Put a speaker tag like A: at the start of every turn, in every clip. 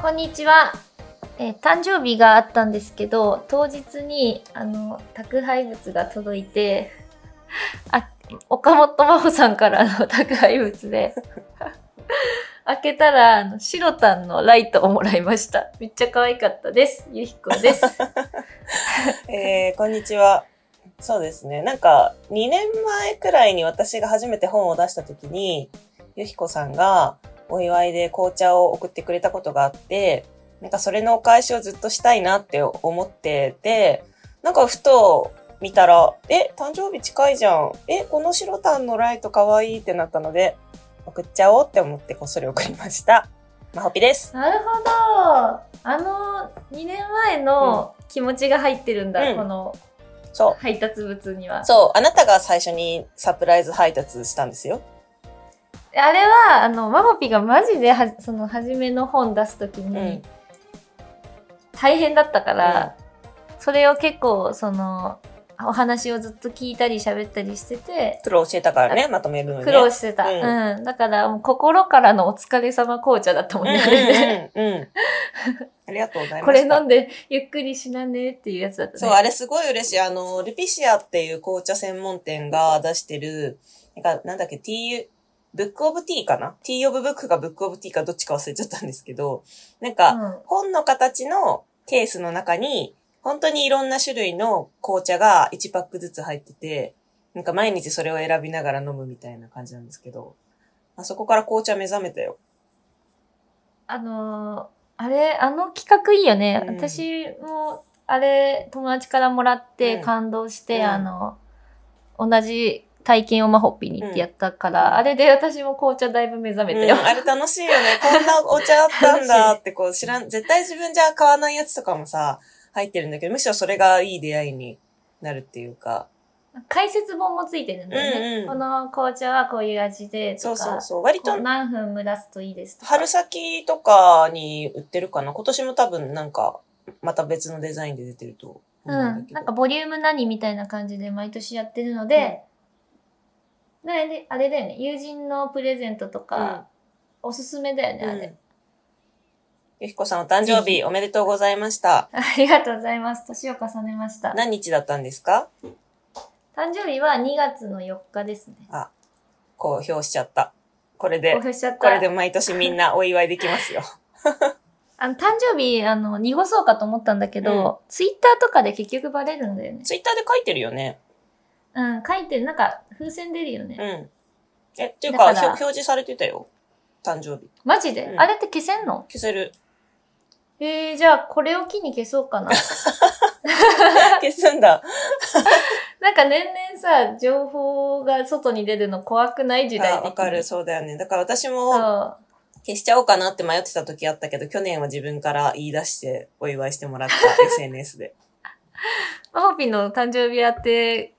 A: こんにちは。えー誕生日があったんですけど、当日にあの宅配物が届いて、 あ岡本真帆さんからの宅配物で、 開けたらあのシロタンのライトをもらいました。めっちゃ可愛かったです。ゆひこです。
B: えー、こんにちは。そうですね。なんか、2年前くらいに私が初めて本を出した時に、ゆひこさんがお祝いで紅茶を送ってくれたことがあって、なんかそれのお返しをずっとしたいなって思ってて、なんかふと見たら、え、誕生日近いじゃん。え、この白タンのライト可愛いってなったので、送っちゃおうって思ってこっそり送りました。まほぴです。
A: なるほど。あの2年前の気持ちが入ってるんだ、
B: うん
A: この
B: そう。
A: 配達物には。
B: そう、あなたが最初にサプライズ配達したんですよ。
A: あれはあのマホピがマジではその初めの本出す時
B: う
A: に
B: ん
A: 大変だったから、それを結構そのお話をずっと聞いたり喋ったりしてて
B: 苦労教えたからね、まとめるのに、ね。
A: 苦労してた、
B: う
A: うんだからもう心からのお疲れ様紅茶だったもん ね、あれね
B: う んうんうんうん。ありがとうございま
A: これ
B: した。
A: 飲んでゆっくりしなねっていうやつだったね
B: そう、あれすごい嬉しい。あの、ルピシアっていう紅茶専門店が出してる、なんか、なんだっけ、ティー、ブックオブティーかなティーオブブックかブックオブティーかどっちか忘れちゃったんですけど、なんか、
A: うん
B: 本の形のケースの中に、本当にいろんな種類の紅茶が1パックずつ入ってて、なんか毎日それを選びながら飲むみたいな感じなんですけど、あそこから紅茶目覚めたよ。
A: あのーあれ、あの企画いいよね。
B: うん
A: 私も、あれ、友達からもらって
B: うん
A: 感動して、
B: うん
A: あの、同じ体験をマホッピーにってやったから、
B: うん
A: あれで私も紅茶だいぶ目覚めたよ。
B: うんあれ楽しい よね。こんなお茶あったんだってこう知らん、絶対自分じゃ買わないやつとかもさ、入ってるんだけど、むしろそれがいい出会いになるっていうか。
A: 解説本もついてるんだよね。
B: うんうん
A: この紅茶はこういう味でと
B: そう
A: か、
B: そうそう。割と
A: こう何分蒸らすといいですとか。
B: 春先とかに売ってるかな。今年も多分なんか、また別のデザインで出てると
A: う
B: 思うんん。だ
A: な
B: け
A: ん
B: ど。
A: かボリューム何みたいな感じで毎年やってるので、ねであれだよね。友人のプレゼントとか、おすすめだよね、あれ。
B: ゆひこさんお誕
A: ぜ
B: 生日おめでとうございました。
A: ありがとうございます。年を重ねました。
B: 何日だったんですか
A: 誕生日は2月の4日ですね。
B: 公表しちゃった。これ
A: 公
B: で、
A: 表しちゃった。
B: これで毎年みんなお祝いできます よ。
A: あの誕生日、あの、濁そうかと思ったんだけど、ツイッターとかで結局バレるんだよね。
B: ツイッターで書いてるよね。
A: うん、書いてる、なんか風船出るよね。
B: うん。え、っていう
A: だ
B: か、
A: から
B: ひょ表示されてたよ。誕生日。
A: マジで、
B: うん
A: あれって消せんの
B: 消せる。
A: えー、じゃあこれを機に消そうかな。
B: 消すんだ。
A: なんか年々さ、情報が外に出るの怖くない時代
B: あ
A: 的に
B: わかる。。そうだよね。だから私
A: そう。
B: も
A: あ
B: 消しちゃおうかなって迷ってた時あったけど、去年は自分から言い出してお祝いしてもらった SNS で。
A: ホピの誕生日やって、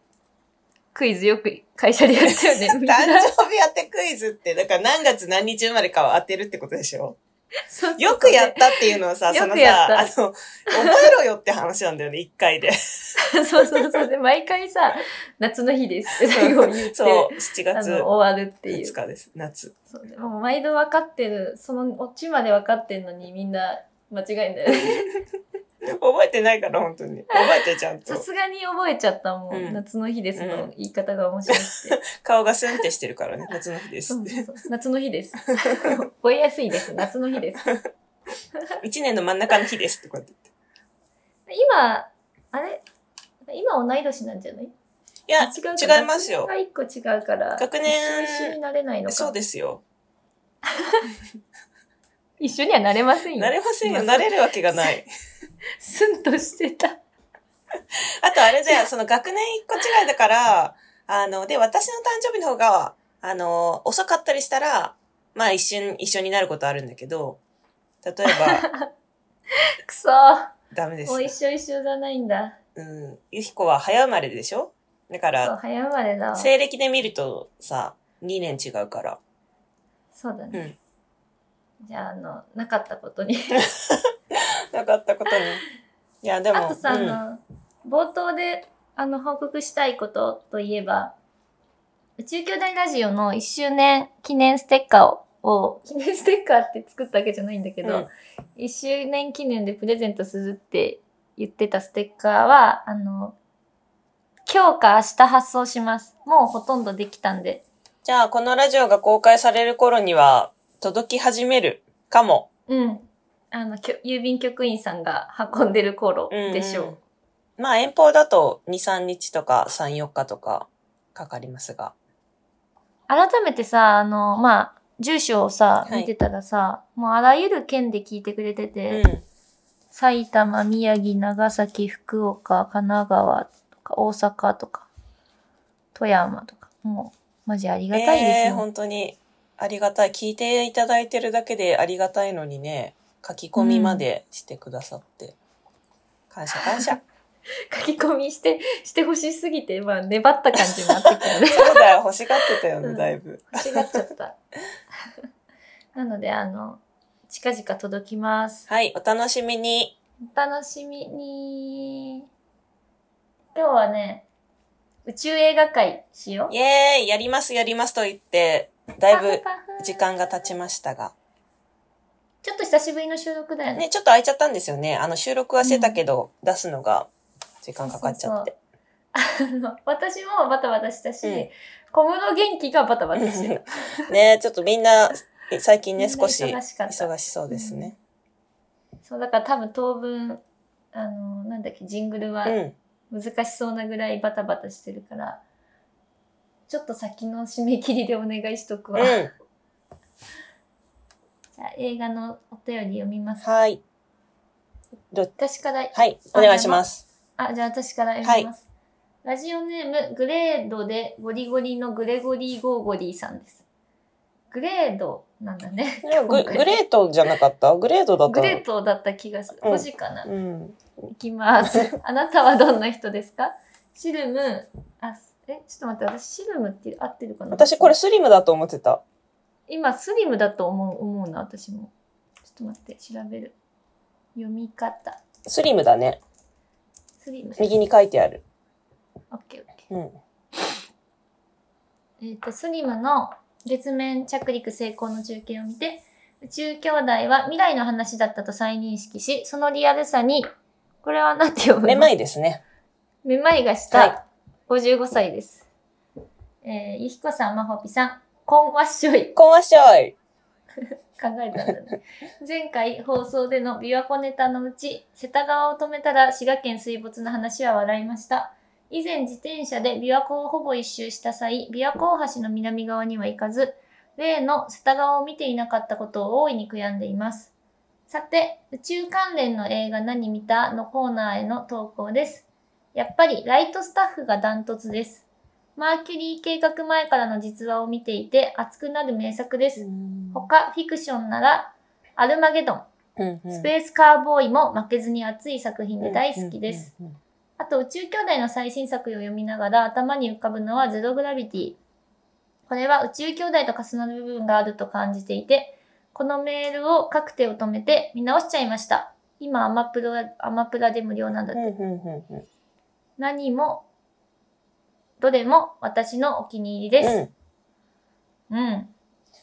A: クイズよく会社でやったよね。みん
B: 誕
A: な
B: 生日当てクイズって、だから何月何日生まれかを当てるってことでしょ
A: そう
B: よくやったっていうのはさ、その
A: よくや
B: さ
A: っ、
B: あ
A: た
B: の、覚えろよって話なんだよね、一回で。
A: そうそうそう。で、毎回さ、夏の日 ですって最後に言って、
B: そう、7
A: あ
B: 月
A: の、終わるってい
B: 2
A: う。
B: 日です、夏。
A: そうでもう毎度分かってる、そのオチまで分かってるのにみんな間違えんだよ ね。
B: 覚えてないから、本当に。覚えてちゃんと
A: さ。すがに覚えちゃったもん。
B: うん
A: 夏の日です
B: う
A: の
B: ん
A: 言い方が面白くて。
B: 顔がスンってしてるからね、夏の日です
A: そ
B: っ
A: う
B: て。
A: そう夏の日 です。覚えやすいです。夏の日です。
B: 一年の真ん中の日ですってこうやって
A: 今、あれ今同い年なんじゃない
B: 言って。
A: 違う
B: い
A: か
B: や、違います
A: 学。
B: よ
A: 年が一個違うから。
B: 学年
A: 一緒一緒になれないのか。
B: そうですよ。
A: 一緒にはなれませんよ。
B: なれませんよ。
A: 今
B: なれるわけ がない。
A: すんとしてた。
B: あとあれだよ、その学年一個違いだから、あの、で、私の誕生日の方が、あの、遅かったりしたら、まあ一瞬一緒になることあるんだけど、例え ば、
A: くそー。
B: ダメです
A: も。う一緒一緒じゃないんだ。
B: うん。ゆひこは早生まれでしょだか
A: そう、
B: ら、
A: 早生まれだわ。
B: 西暦で見るとさ、2年違うから。
A: そうだ
B: う
A: ね。
B: ん。
A: じゃあ、あの、なかったことに。
B: なかったことに。いや、でも。
A: あとさ、
B: うん
A: あの、冒頭で、あの、報告したいことといえば、宇宙兄弟ラジオの1周年記念ステッカーをを記念ステッカーって作ったわけじゃないんだけ
B: う
A: ど
B: ん、
A: 一1周年記念でプレゼントするって言ってたステッカーはあの今日か明日発送しますもうほとんどできたんで
B: じゃあ、このラジオが公開される頃には、届き始めるかも。
A: うんあのきょ郵便局員さんが運んでる頃
B: うんうん
A: でしょう、
B: まあ、遠方だと2、3日とか3、4日とかかかりますが。
A: 改めてさあのまあ住所をさ
B: はい
A: 見てたらさ、もうあらゆる県で聞いてくれて
B: う
A: て、
B: ん。
A: 埼玉、宮城、長崎、福岡、神奈川とか、大阪とか、富山とか、もう、マジありがたいで
B: え
A: す
B: え
A: よ。
B: 本当にありがたい。聞いていただいてるだけでありがたいのにね、書き込みまでしてくださって。感謝 感謝。
A: 書き込みして、してほしすぎて、まあ、粘った感じもあってき たよね。
B: そうだよ、欲しがってたよ
A: う
B: ね、
A: ん
B: だいぶ。
A: 欲しがっちゃった。 なので、あの、近々届きます。
B: はい、お楽しみに。
A: お楽しみに。今日はね、宇宙映画会しよう。
B: イエーイやりますやりますと言って、だいぶ
A: パフパフ
B: 時間が経ちましたが。
A: ちょっと久しぶりの収録だよね
B: ね、ちょっと空いちゃったんですよね。あの、収録はしてたけど、出すのが時間かかっちゃって。
A: そうそうそう。あの私もバタバタしたし、
B: うん
A: 小室元気がバタバタして た。
B: ね、ちょっとみんな、え最近ね、
A: みんな
B: 少し
A: 忙しかった。
B: 忙しそうですね。
A: そう、だから多分当分、あの、なんだっけ、ジングルは
B: うん。
A: 難しそうなぐらいバタバタしてるから、ちょっと先の締め切りでお願いしとく
B: う
A: わ。
B: ん。
A: じゃあ映画のお便り読みます。
B: はい。
A: 私から、
B: はい、お願いします。
A: あ、じゃあ私から読みます。ラジオネーム、グレードでゴリゴリのグレゴリーゴーゴリーさんです。グレードなんだね。
B: でもググレートじゃなかったグレートだった
A: グ
B: の
A: レートだった気がする。
B: うん
A: 星かな。
B: うん。
A: いきます。 あなたはどんな人ですかシルム、あ、え、ちょっと待って、私シルムって合ってるかな
B: 私これスリムだと思ってた。
A: 今スリムだと思う、思うな、私も。ちょっと待って、調べる。読み方。
B: スリムだね。
A: スリム。
B: 右に書いてある。
A: オッケーオッケ
B: うん。
A: ー。えっ、と、スリムの月面着陸成功の中継を見て、宇宙兄弟は未来の話だったと再認識し、そのリアルさに、これは何て読むの
B: めまいですね。
A: めまいがし
B: はい
A: た55歳です。えー、ゆひこさん、まほぴさん、こんわっしょい。
B: こんわっしょい。
A: 考えたんだね。前回放送での琵琶湖ネタのうち、世田川を止めたら滋賀県水没の話は笑いました。以前自転車で琵琶湖をほぼ一周した際、琵琶湖大橋の南側には行かず、例の世田川を見ていなかったことを大いに悔やんでいます。さて、宇宙関連の映画何見たのコーナーへの投稿です。やっぱりライトスタッフがダントツです。マーキュリー計画前からの実話を見ていて熱くなる名作です。他フィクションなら「アルマゲドン」
B: うんうん
A: スペースカーボーイ」も負けずに熱い作品で大好きです。。
B: うんうんうん
A: あと宇宙兄弟の最新作を読みながら頭に浮かぶのは「ゼログラビティ」これは宇宙兄弟と重なる部分があると感じていてこのメールを各手を止めて見直しちゃいました今アマプラアマプラで無料なんだって、
B: うんうんうんうん
A: 何もどれも私のお気に入りで
B: う
A: す
B: ん。
A: うん、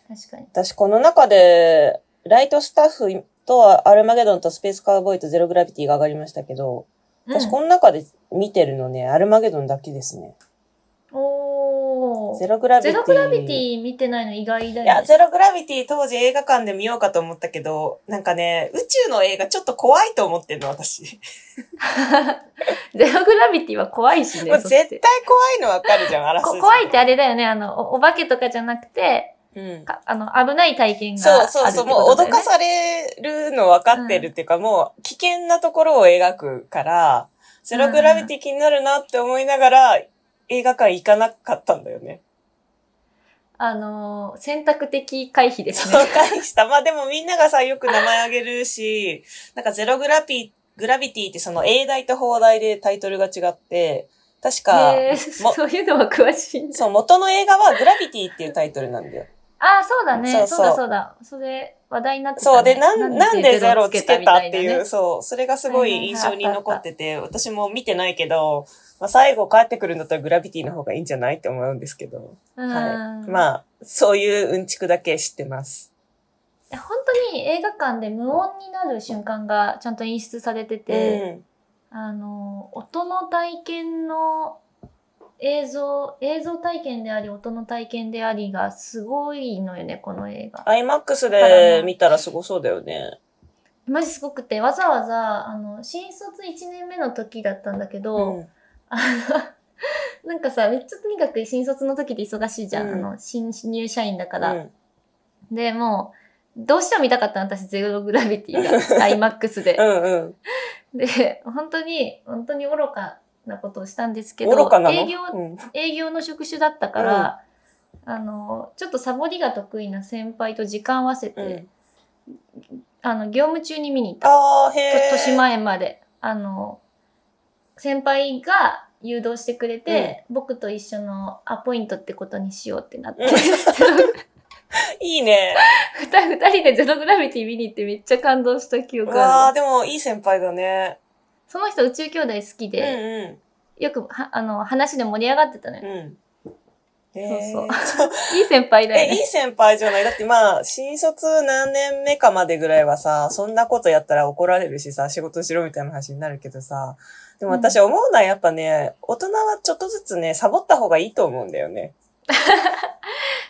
A: 確かに
B: 私この中で、ライトスタッフとはアルマゲドンとスペースカウボーイとゼログラビティが上がりましたけど、私
A: うん
B: この中で見てるのね、アルマゲドンだけですね。
A: おー
B: ゼログラビテ
A: ゼ
B: ィ。
A: ログラビティ見てないの意外だ
B: い
A: よ
B: や、
A: ね。
B: ゼログラビティ当時映画館で見ようかと思ったけど、なんかね、宇宙の映画ちょっと怖いと思ってんの、私。
A: ゼログラビティは怖いし
B: も
A: ね。
B: う
A: そ
B: 絶
A: し
B: 対
A: て
B: 怖いのわかるじゃん、あらす
A: こ
B: じ。
A: 怖いってあれだよね。あの、おお化けとかじゃなくて、
B: うん。
A: かあの、危ない体験があ
B: そ
A: る
B: う
A: ってこ
B: そ
A: と
B: うそ
A: だ
B: う、
A: よね。
B: もう脅かされるの分かってるっていうか、もう危険なところを描くから、ゼログラビティ気になるなって思いながら、映画館行かなかったんだよね。
A: あのー、選択的回避です
B: そ
A: ね
B: う。返した。まあでもみんながさ、よく名前あげるし、なんかゼログラピグラビティってその英題と放題でタイトルが違って、確か、
A: へー
B: も
A: そういうのは詳しいんだ。
B: そう、元の映画はグラビティっていうタイトルなんだよ。
A: ああ、そうだね。
B: そう
A: そ
B: そうう
A: だそうだ。それ、話題になってたね、
B: そう、で、なん、なんでゼロつけたって
A: みた
B: い
A: な
B: う、
A: ね。
B: そう、それがすご
A: はいはい
B: い
A: はい
B: 印象に残ってて、私も見てないけど、まあ、最後帰ってくるんだったらグラビティの方がいいんじゃないって思うんですけど、
A: う
B: は
A: ん。
B: い。まあ、そういううんちくだけ知ってます。
A: 本当に映画館で無音になる瞬間がちゃんと演出されてて、あの音の体験の映像映像体験であり音の体験でありがすごいのよねこの映画。
B: うん。IMAX で見たらすごそうだよね。
A: マジすごくてわざわざあの新卒1年目の時だったんだけど、
B: うん
A: あの なんかさめっちゃとにかく新卒の時で忙しいじゃん、
B: うん
A: あの新入社員だか
B: う
A: ら。
B: ん。
A: でもうどうしても見たかったの私ゼログラビティが IMAX で
B: う。んうん。
A: で本当に本当に愚かなことをしたんですけど
B: 愚かなの
A: 営業
B: うん
A: 営業の職種だったから、あのちょっとサボりが得意な先輩と時間を合わせて、
B: うん。
A: あの業務中に見に行った。
B: ああ、へえ。
A: と年前まで、あの、先輩が誘導してくれて、僕と一緒のアポイントってことにしようってなって、
B: うん
A: 二
B: いいね。
A: 二人でゼログラビティ見に行ってめっちゃ感動した記憶あ
B: わあ、
A: る。
B: でもいい先輩だね。
A: その人宇宙兄弟好き
B: うん
A: で、
B: う
A: よくはあの話で盛り上がってたの
B: ん。
A: よ。
B: うん。へー
A: そう
B: そう。
A: いい先輩だよ
B: え、い
A: ね。
B: い先輩じゃないだってまあ、新卒何年目かまでぐらいはさ、そんなことやったら怒られるしさ、仕事しろみたいな話になるけどさ、でも私思うのはやっぱね、大人はちょっとずつね、サボった方がいいと思うんだよね。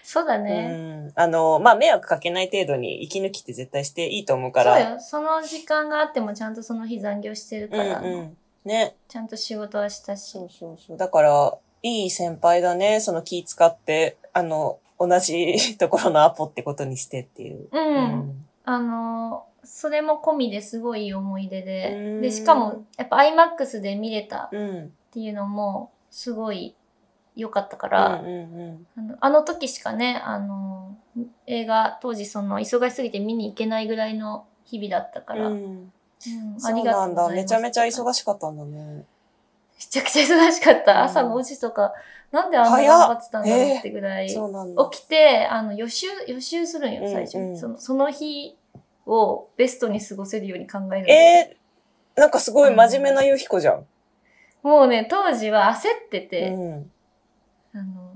A: そうだね。
B: うん。あの、まあ、迷惑かけない程度に息抜きって絶対していいと思うか
A: そう
B: ら。
A: よ。その時間があってもちゃんとその日残業してるから、
B: うんうん。ね。
A: ちゃんと仕事はしたし。
B: そうそうそう。だから、いい先輩だね。その気使って、あの、同じところのアポってことにしてっていう。う
A: うんあのーそれも込みですごいいい思い出
B: うー
A: で
B: ん
A: でしかもやっぱ iMAX で見れたっ
B: うん。うん。
A: ていうのもすごい良かったか
B: う
A: ら、
B: んうん
A: あのあの時しかね、あのー映画当時その忙しすぎて見に行けないぐらいの日々だったか
B: うん。
A: ら、
B: う
A: うん
B: ん
A: あ
B: そう
A: りが
B: な
A: とうんございま
B: だ。
A: す
B: めちゃめちゃ忙しかったんだね。
A: めちゃくちゃ忙しかっ
B: うん
A: た朝5時とか、なんであんな頑張ってたんだろうってぐらい、
B: そうなんだ。
A: 起きてあの予習予習するんよ最初に、
B: うんうん
A: そのその日をベストに過ごせるように考えるんだよ
B: えー、なんかすごい真面目なゆうひこじゃん。
A: もうね、当時は焦って
B: う
A: て、
B: ん。
A: あの、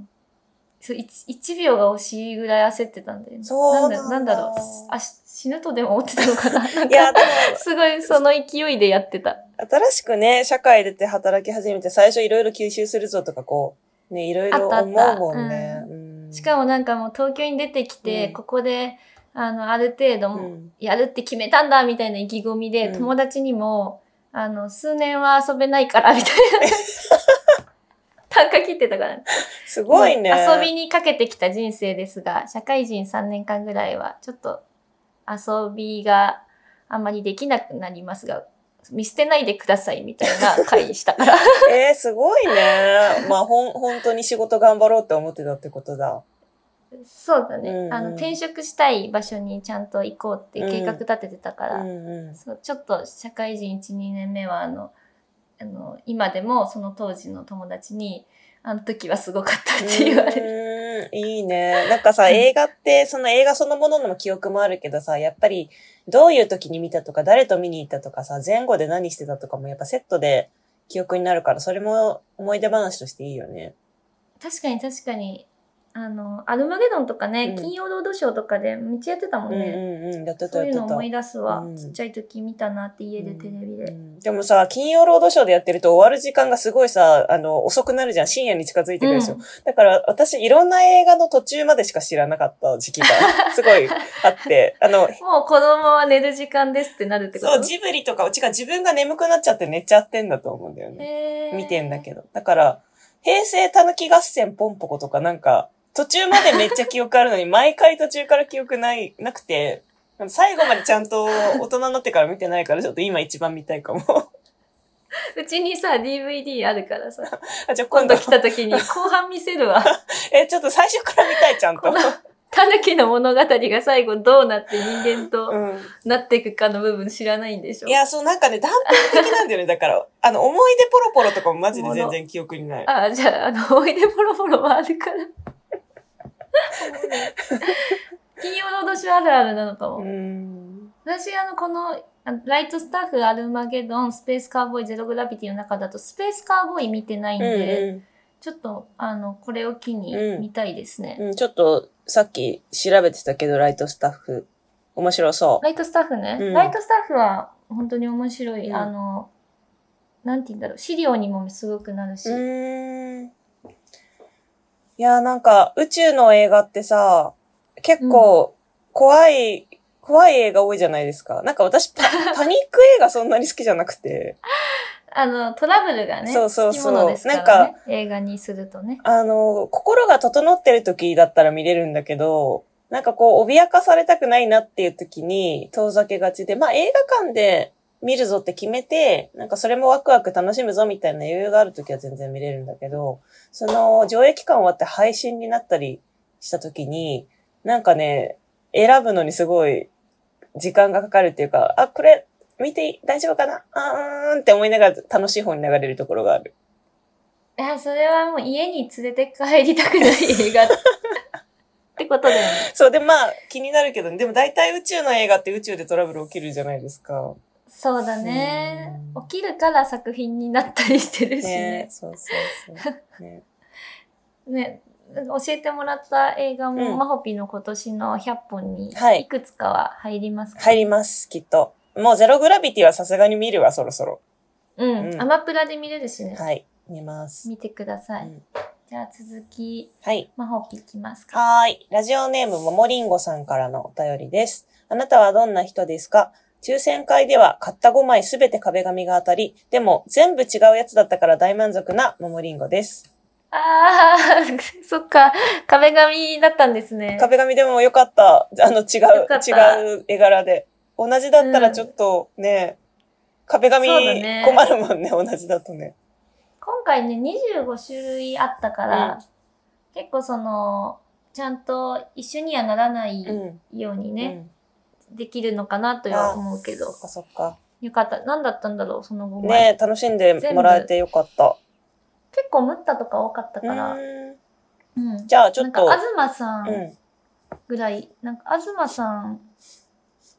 A: そう、1, 秒が惜しいぐらい焦ってたんだよね。
B: そうなんだ
A: なんだろう。あ、し死ぬとでも思ってたのか ななん
B: いや、
A: か、
B: でも、
A: すごいその勢いでやってた。
B: 新しくね、社会出て働き始めて、最初いろいろ吸収するぞとか、こう、ね、いろいろ
A: あったあ
B: 思
A: った
B: うもんね。うん
A: しかもなんかもう東京に出てきて、
B: うん
A: ここで、あの、ある程度
B: う
A: も、
B: ん
A: やるって決めたんだ、みたいな意気込みで、
B: うん
A: 友達にも、あの、数年は遊べないから、みたいな。 単価切ってたから、
B: すごいね。
A: 遊びにかけてきた人生ですが、社会人3年間ぐらいは、ちょっと遊びがあまりできなくなりますが、見捨てないでくださいみたいな会した から。
B: えー、すごいね。まあ、ほん、本当に仕事頑張ろうって思ってたってことだ。
A: そうだね、
B: うんうん
A: あの。転職したい場所にちゃんと行こうって計画立ててたか
B: う
A: ら、
B: んうん。
A: そうちょっと社会人1、2年目はあの、あの今でもその当時の友達に、あの時はすごかったって言われる。
B: うーんいいね。なんかさ、
A: うん
B: 映画って、その映画そのものの記憶もあるけどさ、やっぱり、どういう時に見たとか、誰と見に行ったとかさ、前後で何してたとかもやっぱセットで記憶になるから、それも思い出話としていいよね。
A: 確かに確かに。あの、アルマゲドンとかね、
B: うん
A: 金曜ロードショーとかでめっちゃやってたも
B: うん
A: んね。
B: うんうん。やってた
A: そう
B: や
A: い
B: っ
A: う
B: て
A: の
B: た
A: 思い。出すわ、
B: うん
A: ちっちゃい時見たなって家でテレビで、
B: うんでもさ、金曜ロードショーでやってると終わる時間がすごいさ、あの、遅くなるじゃん。深夜に近づいてくるでしょ。
A: うん
B: だから私、いろんな映画の途中までしか知らなかった時期が、すごいあって、あの、
A: もう子供は寝る時間ですってなるってこ
B: そう、
A: と
B: ジブリとか、違う、自分が眠くなっちゃって寝ちゃってんだと思うんだよ
A: へ
B: ね。
A: ー
B: 見てんだけど。だから、平成たぬき合戦ポンポコとかなんか、途中までめっちゃ記憶あるのに、毎回途中から記憶ない、なくて、最後までちゃんと大人になってから見てないから、ちょっと今一番見たいかも。
A: うちにさ DVD あるからさ
B: あ、じゃあ
A: 今
B: 今度
A: 度来た時に後半見せる わ
B: え、ちょっと最初から見たい、ちゃんと。
A: タヌキの物語が最後どうなって人間と
B: うん。
A: なっていくかの部分知らないんでしょ
B: いや、そう、なんかね、断片的なんだよね。だから、あの、思い出ポロポロとかもマジで全然記憶にない。
A: ああじゃああのおいでボロボロはあるから金曜ロードショーあるあるなのかも、
B: うん。
A: 私あのこのあライトスタッフアルマゲドンスペースカーボーイゼログラビティの中だとスペースカーボーイ見てないん
B: うん
A: で、
B: うん。
A: ちょっと、あの、これを機に
B: うん
A: 見たいですね。
B: うん、ちょっと、さっき調べてたけど、ライトスタッフ。面白そう。
A: ライトスタッフね、
B: うん
A: ライトスタッフは本当に面白い。
B: うん
A: あの、なんて言うんだろう。資料にもすごくなるし。
B: うーん。いやー、なんか、宇宙の映画ってさ、結構、怖い、怖い映画多いじゃないですか。なんか私パ、パニック映画そんなに好きじゃなくて。
A: あの、トラブルがね、
B: そうそう
A: つ
B: そう
A: きものですから、ね、
B: なん
A: 映画にするとね。
B: あの、心が整ってる時だったら見れるんだけど、なんかこう、脅かされたくないなっていう時に遠ざけがちで、まあ映画館で見るぞって決めて、なんかそれもワクワク楽しむぞみたいな余裕がある時は全然見れるんだけど、その上映期間終わって配信になったりした時に、なんかね、選ぶのにすごい時間がかかるっていうか、あ、これ見ていい大丈夫かなあーんって思いながら楽しい方に流れるところがある。
A: いや、それはもう家に連れて帰りたくない映 画。ってことだよね。
B: そう、で、まあ、気になるけど、でも大体宇宙の映画って宇宙でトラブル起きるじゃないですか。
A: そうだね
B: うん。
A: 起きるから作品になったりしてるし
B: ね
A: ね。
B: そうそうそう。ね、
A: ね教えてもらった映画も、
B: うん
A: マホピの今年の100本に
B: はい
A: いくつかは入りますか、
B: 入ります、きっと。もうゼログラビティはさすがに見るわ、そろそろ。
A: うん、
B: うん
A: アマプラで見れるしね。
B: はい、見ます。
A: 見てください。
B: うん
A: じゃあ続き、
B: はい。
A: マホピいきますか。
B: はーい。ラジオネームももりんごさんからのお便りです。あなたはどんな人ですか抽選会では買った5枚すべて壁紙が当たり、でも全部違うやつだったから大満足なももりんごです。
A: あー、 そっか。壁紙だったんですね。
B: 壁紙でもよかった。あの、違
A: よかった
B: う、違う絵柄で。同じだったらちょっとね、壁紙
A: そうだね
B: 困るもんね、同じだとね。
A: 今回ね、25種類あったから、結構その、ちゃんと一緒にはならない
B: うん。
A: ようにね、
B: うん。
A: できるのかなとは思うけ
B: そ
A: ど
B: っ。かそっか。
A: よかった。何だったんだろう、その5枚。
B: ね楽しんでもらえてよかった。
A: 結構ムッタとか多かった
B: う
A: から。
B: ーん
A: うん。
B: じゃあちょっ
A: な
B: と
A: ん、か、東さ
B: うんん。
A: ぐらい、なんか、東さん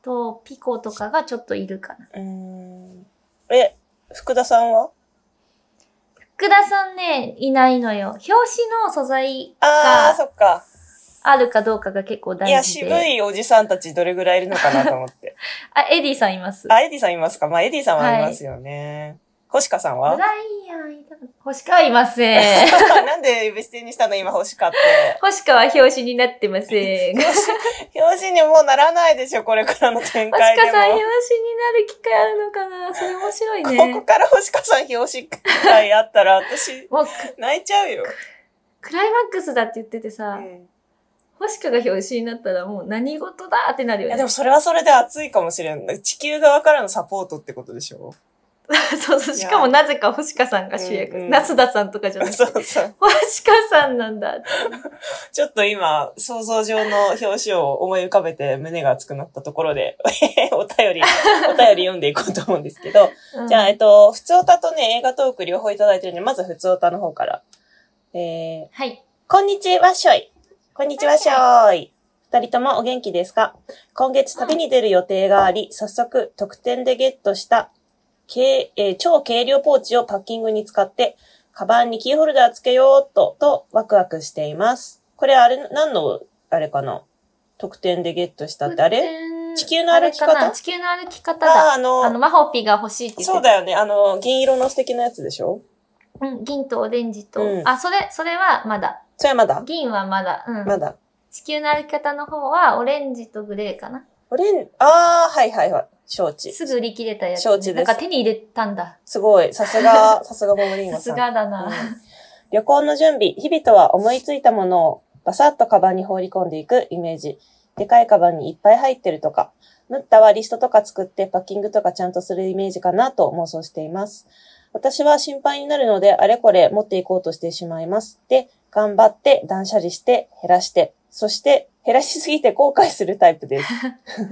A: とピコとかがちょっといるかな。
B: うーんえ、福田さんは
A: 福田さんね、いないのよ。表紙の素材
B: あ
A: が
B: あ、そっか。
A: あるかどうかが結構大事で。
B: いや、渋いおじさんたちどれぐらいいるのかなと思 って。
A: あ、エディさんいます。
B: あ、エディさんいますかまあ、エディさんはいますよね。星香さんは
A: ブライアンいたの星川いませ ん。
B: なんで別にしたの今欲しかって。
A: 星川表紙になってません。星
B: 表紙にもうならないでしょ、これからの展
A: 川さ
B: 開
A: ん表紙にな
B: で
A: る機会あるのかなそれ面白い
B: も。ここ
A: ね。
B: から星香さん表紙会あったら、私、
A: もう
B: 泣いちゃうよ。
A: クライマックスだって言ってて
B: う
A: さ、
B: ん、
A: 星川が表紙になったらもう何事だってなる
B: い
A: よ
B: やで
A: ね
B: も。それはそれで熱いかもしれん。地球側からのサポートってことでしょ
A: そうそう。しかもなぜか星川さんが主役。
B: うんうん
A: 夏田さんとかじゃなくて。
B: そうそう。
A: 星川さんなんだ。
B: ちょっと今、想像上の表紙を思い浮かべて胸が熱くなったところで、 お便り、お便り読んでいこうと思うんですけど、
A: うん
B: じゃあ、えっと、普通歌とね、映画トーク両方いただいてるんで、まず普通歌の方から。えー、
A: はい。
B: こんにちはしょい。こんにちはしょい。二人ともお元気ですか今月旅に出る予定があり、早速特典でゲットした、軽えー超軽量ポーチをパッキングに使って、カバンにキーホルダーつけようっと、とワクワクしています。これあれ、何の、あれかな特典でゲットしたってあれ
A: れ
B: 地球の歩き方
A: 地球の歩き方
B: あ
A: だ。
B: あの、
A: あの、マホピーが欲しいって言ってた
B: そうだよね。あの、銀色の素敵なやつでしょ
A: うん、銀とオレンジと、
B: うん
A: あ、それ、それはまだ。
B: それはまだ
A: 銀はまだ。うん。
B: まだ。
A: 地球の歩き方の方は、オレンジとグレーかな。
B: オレン、ああ、はいはいはい。承知。
A: すぐ売り切れたやつ、
B: 承知です
A: なんか手に入れたんだ。
B: すごい。さすが、さすがモモリンゴ
A: さす
B: さん。
A: がだな。
B: 旅行の準備、日々とは思いついたものをバサッとカバンに放り込んでいくイメージ。でかいカバンにいっぱい入ってるとか。ムッタはリストとか作ってパッキングとかちゃんとするイメージかなと妄想しています。私は心配になるので、あれこれ持っていこうとしてしまいます。で、頑張って断捨離して減らして、そして減らしすぎて後悔するタイプです。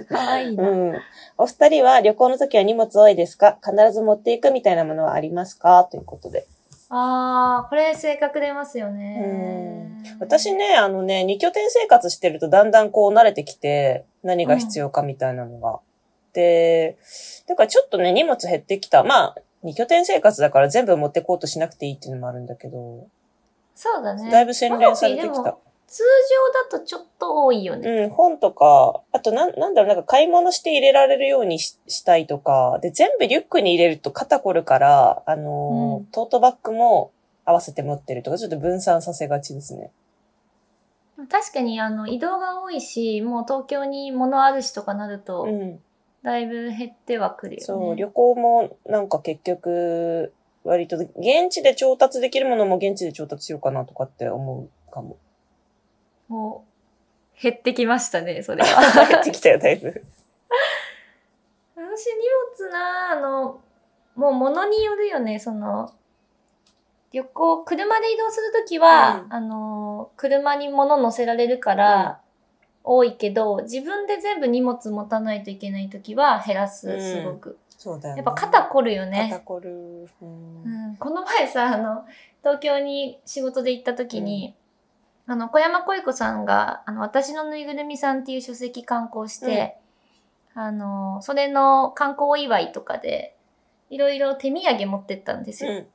A: かわいいな。
B: うん。お二人は旅行の時は荷物多いですか必ず持っていくみたいなものはありますかということで。
A: あー、これ性格出ますよね。
B: 私ね、あのね、二拠点生活してるとだんだんこう慣れてきて、何が必要かみたいなのが。で、だからちょっとね、荷物減ってきた。まあ、二拠点生活だから全部持ってこうとしなくていいっていうのもあるんだけど、
A: そうだね。
B: だいぶ洗練されて
A: マホ
B: き
A: ピーで
B: た
A: も。通常だとちょっと多いよね。
B: うん、本とか、あとなん、なんだろう、なんか買い物して入れられるようにししたいとか、で、全部リュックに入れると肩こるから、あのー
A: うん
B: トートバッグも合わせて持ってるとか、ちょっと分散させがちですね。
A: 確かにあの移動が多いし、もう東京に物あるしとかなると、
B: うん。
A: だいぶ減ってはくるよね。
B: そう、旅行もなんか結局、割と現地で調達できるものも現地で調達しようかなとかって思う かも。
A: もう減ってきましたね、それは。
B: 帰ってきたよ、だいぶ。
A: 私荷物なあのもう物によるよねその旅行車で移動するときは、
B: うん
A: あの車に物乗せられるから多いけど、自分で全部荷物持たないといけないときは減ら
B: う
A: す
B: ん
A: すごく、
B: そうだよ、
A: や
B: ね。
A: っぱ肩凝るよ
B: 肩
A: ね、
B: こる。うん
A: うん、この前さあの東京に仕事で行ったときに、あの小山恋子さんが「あの私のぬいぐるみさん」っていう書籍刊行して、あのそれの観光お祝いとかでいろいろ手土産持ってったんですよ、
B: うん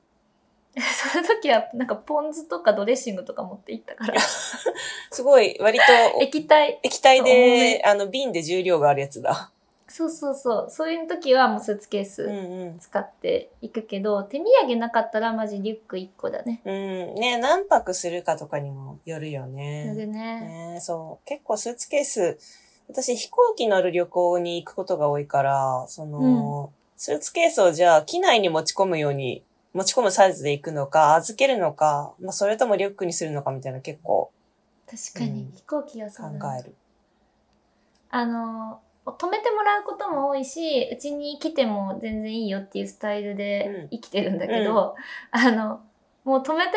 A: その時はなんかポン酢とかドレッシングとか持って行ったから
B: すごい、割と
A: 液体
B: 液体
A: そう重め
B: で、あの、瓶で重量があるやつだ。
A: そうそうそうそういう時はもうスーツケー
B: うん
A: ス
B: うん。
A: 使っていくけど、手土産なかったらマジリュック1個だね、
B: うん。ね何泊するかとかにもよるよ
A: それで
B: ね。
A: ね
B: ねそう。結構スーツケース、私飛行機乗る旅行に行くことが多いから、その、スーツケースをじゃあ機内に持ち込むように、持ち込むサイズで行くのか、預けるのか、まあそれともリュックにするのかみたいな結構
A: 確かに、
B: うん
A: 飛行機はそ
B: 考
A: うなんだ
B: える。
A: あの止めてもらうことも多いしうちに来ても全然いいよっていうスタイル
B: うん
A: で生きてるんだけど、あのもう止めて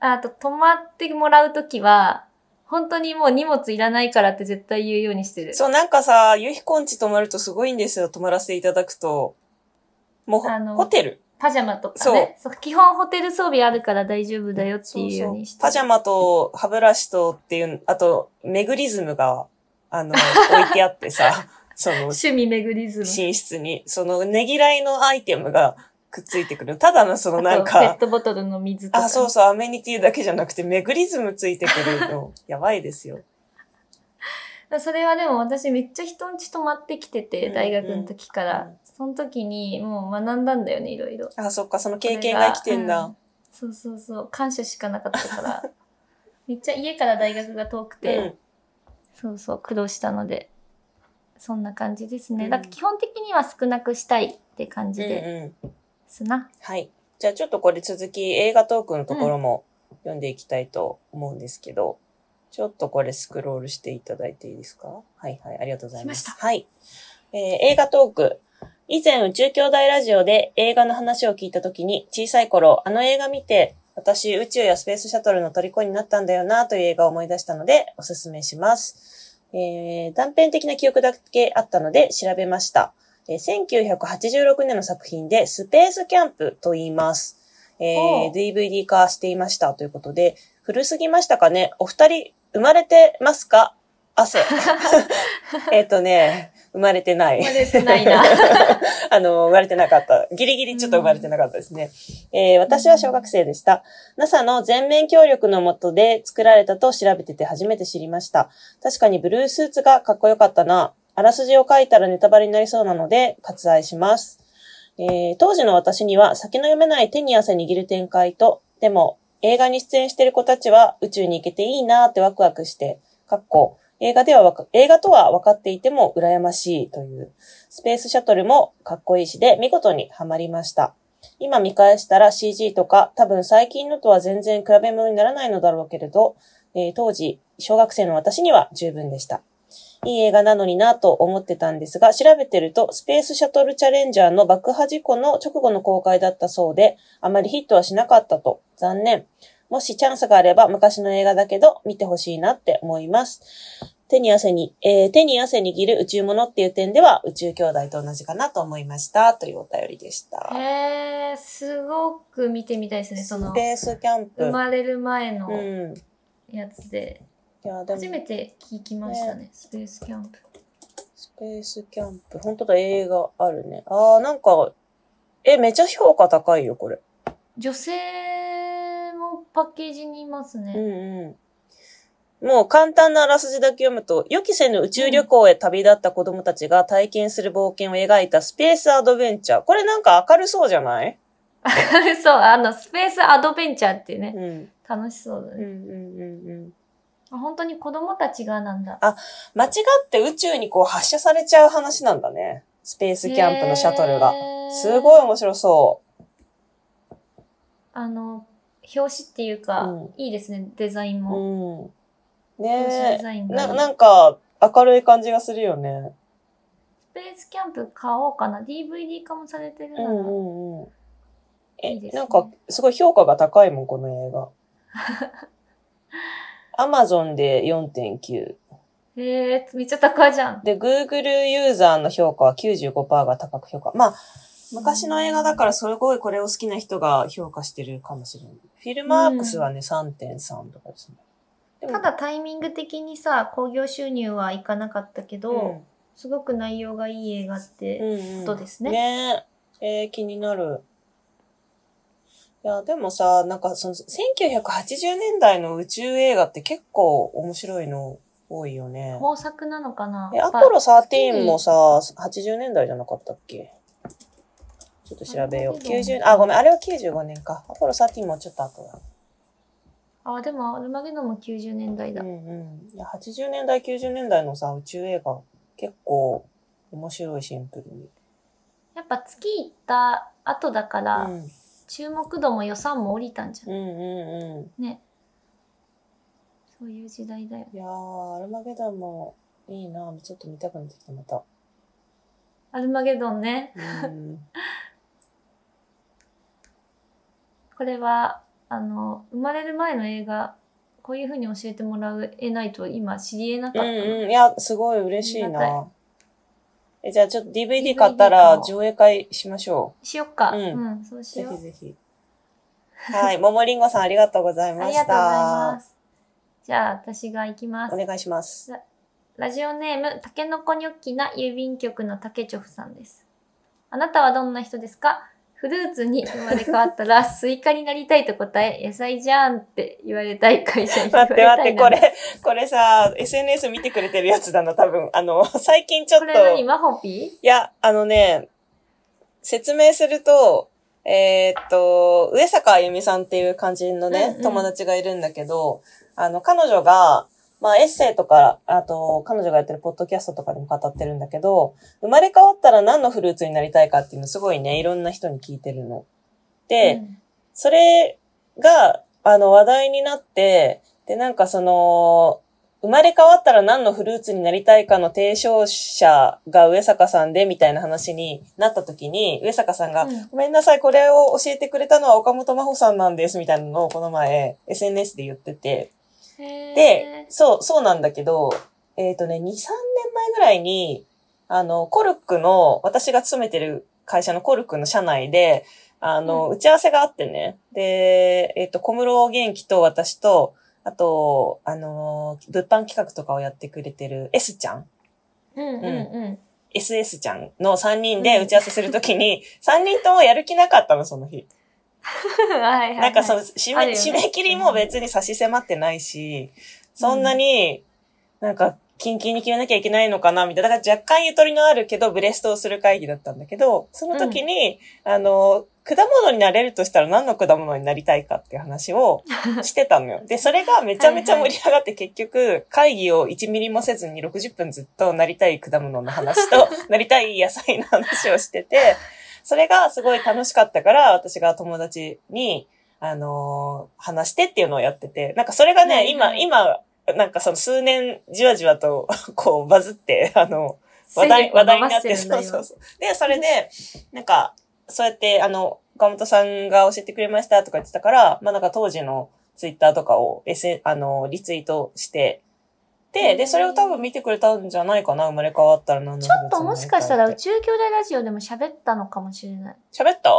A: ああと止まってもらう時は本当にもう荷物いらないからって絶対言うようにしてる。
B: そう、なんかさ、ゆひこんち泊まるとすごいんですよ、泊まらせていただくと。もう
A: あの、
B: ホテル。
A: パジャマとかねそう基本ホテル装備あるから大丈夫だよって
B: そう
A: いう
B: そ
A: よう
B: う
A: にしてる。
B: パジャマと歯ブラシとっていう、あと、メグリズムが、あ の、置いてあってさ、その、
A: 趣味めぐりずむ。
B: 寝室に、その、ねぎらいのアイテムがくっついてくる。ただのそのなん
A: あとペ
B: か
A: ッ、トボトルの水とか。
B: あ、そうそう、アメニティだけじゃなくて、メグリズムついてく るの、やばいですよ。
A: それはでも私めっちゃ人んち泊まってきて
B: う
A: て、
B: ん
A: 大学の時から、
B: うん
A: その時にもう学んだんだよねいろいろ
B: あ、そっか、その経験が生きてん
A: う
B: だ。
A: そうそうそう感謝しかなかったから めっちゃ家から大学が遠く
B: う
A: て、
B: ん。
A: そうそう苦労したのでそんな感じですね、
B: うん
A: だから基本的には少なくしたいって感
B: うん
A: じで
B: うん。
A: すな、
B: はい。じゃあちょっとこれ続き映画トークのところも読んでいきたいと思うんですけど、ちょっとこれスクロールしていただいていいですかはいはい、ありがとうございます。
A: 来ま
B: はい。えー映画トーク。以前宇宙兄弟ラジオで映画の話を聞いたときに、小さい頃、あの映画見て、私宇宙やスペースシャトルの虜になったんだよなという映画を思い出したので、おすすめします。えー断片的な記憶だけあったので調べました。えー1986年の作品で、スペースキャンプと言います。えー
A: ほう
B: DVD 化していましたということで、古すぎましたかねお二人、生まれてますか汗。 えっとね、生まれてない。
A: 生まれてないな
B: あの、生まれてなかった。ギリギリちょっと生まれてなかったですね。えー私は小学生でした。NASA の全面協力のもとで作られたと調べてて初めて知りました。確かにブルースーツがかっこよかったな。あらすじを書いたらネタバレになりそうなので割愛します。えー当時の私には先の読めない手に汗握る展開と、でも映画に出演している子たちは宇宙に行けていいなーってワクワクして、かっこ映画ではわか、映画とは分かっていても羨ましいという、スペースシャトルもかっこいいしで見事にはまりました。今見返したら CG とか多分最近のとは全然比べ物にならないのだろうけれど、えー当時小学生の私には十分でした。いい映画なのになと思ってたんですが、調べてるとスペースシャトルチャレンジャーの爆破事故の直後の公開だったそうで、あまりヒットはしなかったと。残念。もしチャンスがあれば昔の映画だけど見てほしいなって思います。手に汗に、えー手に汗握る宇宙物っていう点では宇宙兄弟と同じかなと思いましたというお便りでした。
A: へえー、すごく見てみたいですねそ
B: ス
A: の
B: ペースキャンプ。
A: 生まれる前
B: う
A: の
B: ん。い
A: やつで、
B: や、でも、
A: 初めて聞きましたねスペースキャンプ
B: スペースキャンプ。本当だ、映画あるね。あー、なんか、え、めちゃ評価高いよ、これ。
A: 女性ものパッケージにいますね。
B: うんうん。もう簡単なあらすじだけ読むと、予期せぬ宇宙旅行へ旅立った子供たちが体験する冒険を描いたスペースアドベンチャー。これなんか明るそうじゃない
A: そう、あの、スペースアドベンチャーってね、
B: うん。
A: 楽しそうだ
B: うんうん
A: ね。
B: うんうん。
A: 本当に子供たちがなんだ。
B: 間違って宇宙にこう発射されちゃう話なんだね。スペースキャンプのシャトルが。
A: へー
B: すごい面白そ
A: あの、表紙っていうか、
B: うん
A: いいですね、デザイン
B: う。
A: も。
B: うん。
A: 表紙
B: ね
A: デザイン
B: え。
A: が
B: な、なんか、明るい感じがするよね。
A: スペースキャンプ買おうかな。DVD 化もされてる
B: う
A: な。
B: んうんうん。え、
A: いいですね
B: なんか、すごい評価が高いもん、この映 画。アマゾンで4.9。
A: えー、めっちゃ高いじゃん。
B: で、Google ユーザーの評価は95%が高く評価。まあ、昔の映画だから、すごいこれを好きな人が評価してるかもしれない。フィルマークスはね、3.3とかですね。でも
A: ただタイミング的にさ、興行収入はいかなかったけど、
B: うん
A: すごく内容がいい映画って。ことですね
B: ねええー気になる。いや、でもさ、なんかその、1980年代の宇宙映画って結構面白いの多いよね。
A: 豊作なのかな
B: え、アポロ13もさ、80年代じゃなかったっけちょっと調べよう。
A: あれは
B: 90、あ、ごめん、あれは95年か。アポロ13もちょっと後だ。
A: あ、でもアルマゲドンも90年代だ
B: う。んうん。いや、80年代、90年代のさ、宇宙映画、結構面白いシンプルに。
A: やっぱ月行った後だか
B: う
A: ら、
B: ん。
A: 注目度も予算も降りたんじゃ
B: うんうんうん。
A: ん。ね。そういう時代だよ。
B: いやー、アルマゲドンもいいなちょっと見たくなってきた、また。
A: アルマゲドンね。
B: うん。
A: これは、あの、生まれる前の映画、こういう風に教えてもらえないと今知り得なか
B: う
A: った。
B: んうん。いや、すごい嬉しい
A: ありがた
B: なえ、じゃあちょっと DVD 買ったら
A: DVD
B: 上映会しましょ
A: しよっか。
B: う
A: うんん、そう
B: う。
A: し
B: ぜ
A: よう
B: ひ。ぜひ。はい、ももりんごさんありがとうござい
A: あ
B: ま
A: り
B: し
A: がとうござい
B: た。
A: ます。じゃあ、私が行きます。
B: お願いします。
A: ラジオネーム、たけのこニョッキな郵便局のたけちょふさんです。あなたはどんな人ですかフルーツに生まれ変わったら、スイカになりたいと答え、野菜じゃんって言われたい会社に言われ
B: 待ったて
A: いな
B: 待って、こ。れ、これさ、SNS 見てくれてるやつだな、多分。あの、最近ちょっ。
A: ことれ何マホピ
B: いや、あのね、説明すると、えーっと、上坂あゆみさんっていう感じのね、
A: うんうん
B: 友達がいるんだけど、あの、彼女が、まあ、エッセイとか、あと、彼女がやってるポッドキャストとかでも語ってるんだけど、生まれ変わったら何のフルーツになりたいかっていうのすごいね、いろんな人に聞いてるの。で、
A: うん
B: それが、あの、話題になって、で、なんかその、生まれ変わったら何のフルーツになりたいかの提唱者が上坂さんで、みたいな話になった時に、上坂さんが、
A: うん
B: ごめんなさい、これを教えてくれたのは岡本真帆さんなんです、みたいなのをこの前、SNS で言ってて、で
A: へ、
B: そう、そうなんだけど、えっ、とね、2、3年前ぐらいに、あの、コルクの、私が勤めてる会社のコルクの社内で、あの、打ち合わせがあってね。で、えっ、と、小室元気と私と、あと、あの、物販企画とかをやってくれてる S ちゃん
A: ーうんうん うん。
B: ?SS ちゃんの3人で打ち合わせするときに、3人ともやる気なかったの、その日。
A: はいはいはい
B: なんかその締め,、
A: あるよね
B: 締め切りも別に差し迫ってないし、そんなに、なんか、キンキンに決めなきゃいけないのかな、みたいな。だから若干ゆとりのあるけど、ブレストをする会議だったんだけど、その時に、あの、果物になれるとしたら何の果物になりたいかっていう話 をしてたのよ。で、それがめちゃめちゃ盛り上がって結局、会議を1ミリもせずに60分ずっとなりたい果物の話 と、なりたい野菜の話をしてて、それがすごい楽しかったから、私が友達に、あのー話してっていうのをやってて、なんかそれがね、
A: はいはい
B: 今、今、なんかその数年じわじわと、 こう、バズって、あの、話
A: 勢
B: 題、
A: 力を
B: 話題
A: 伸
B: に
A: ば
B: なっ
A: して
B: て、
A: るん
B: そ
A: だ
B: うそう
A: よ。
B: そう。で、それで、なんか、そうやって、あの、岡本さんが教えてくれましたとか言ってたから、まあなんか当時のツイッターとかを、SN、あの、リツイートして、で、で、それを多分見てくれたんじゃないかな、生まれ変わったら何の
A: ちょっともしかしたら宇
B: 喋
A: 宙兄弟ラジオでも喋ったのかもしれない。
B: った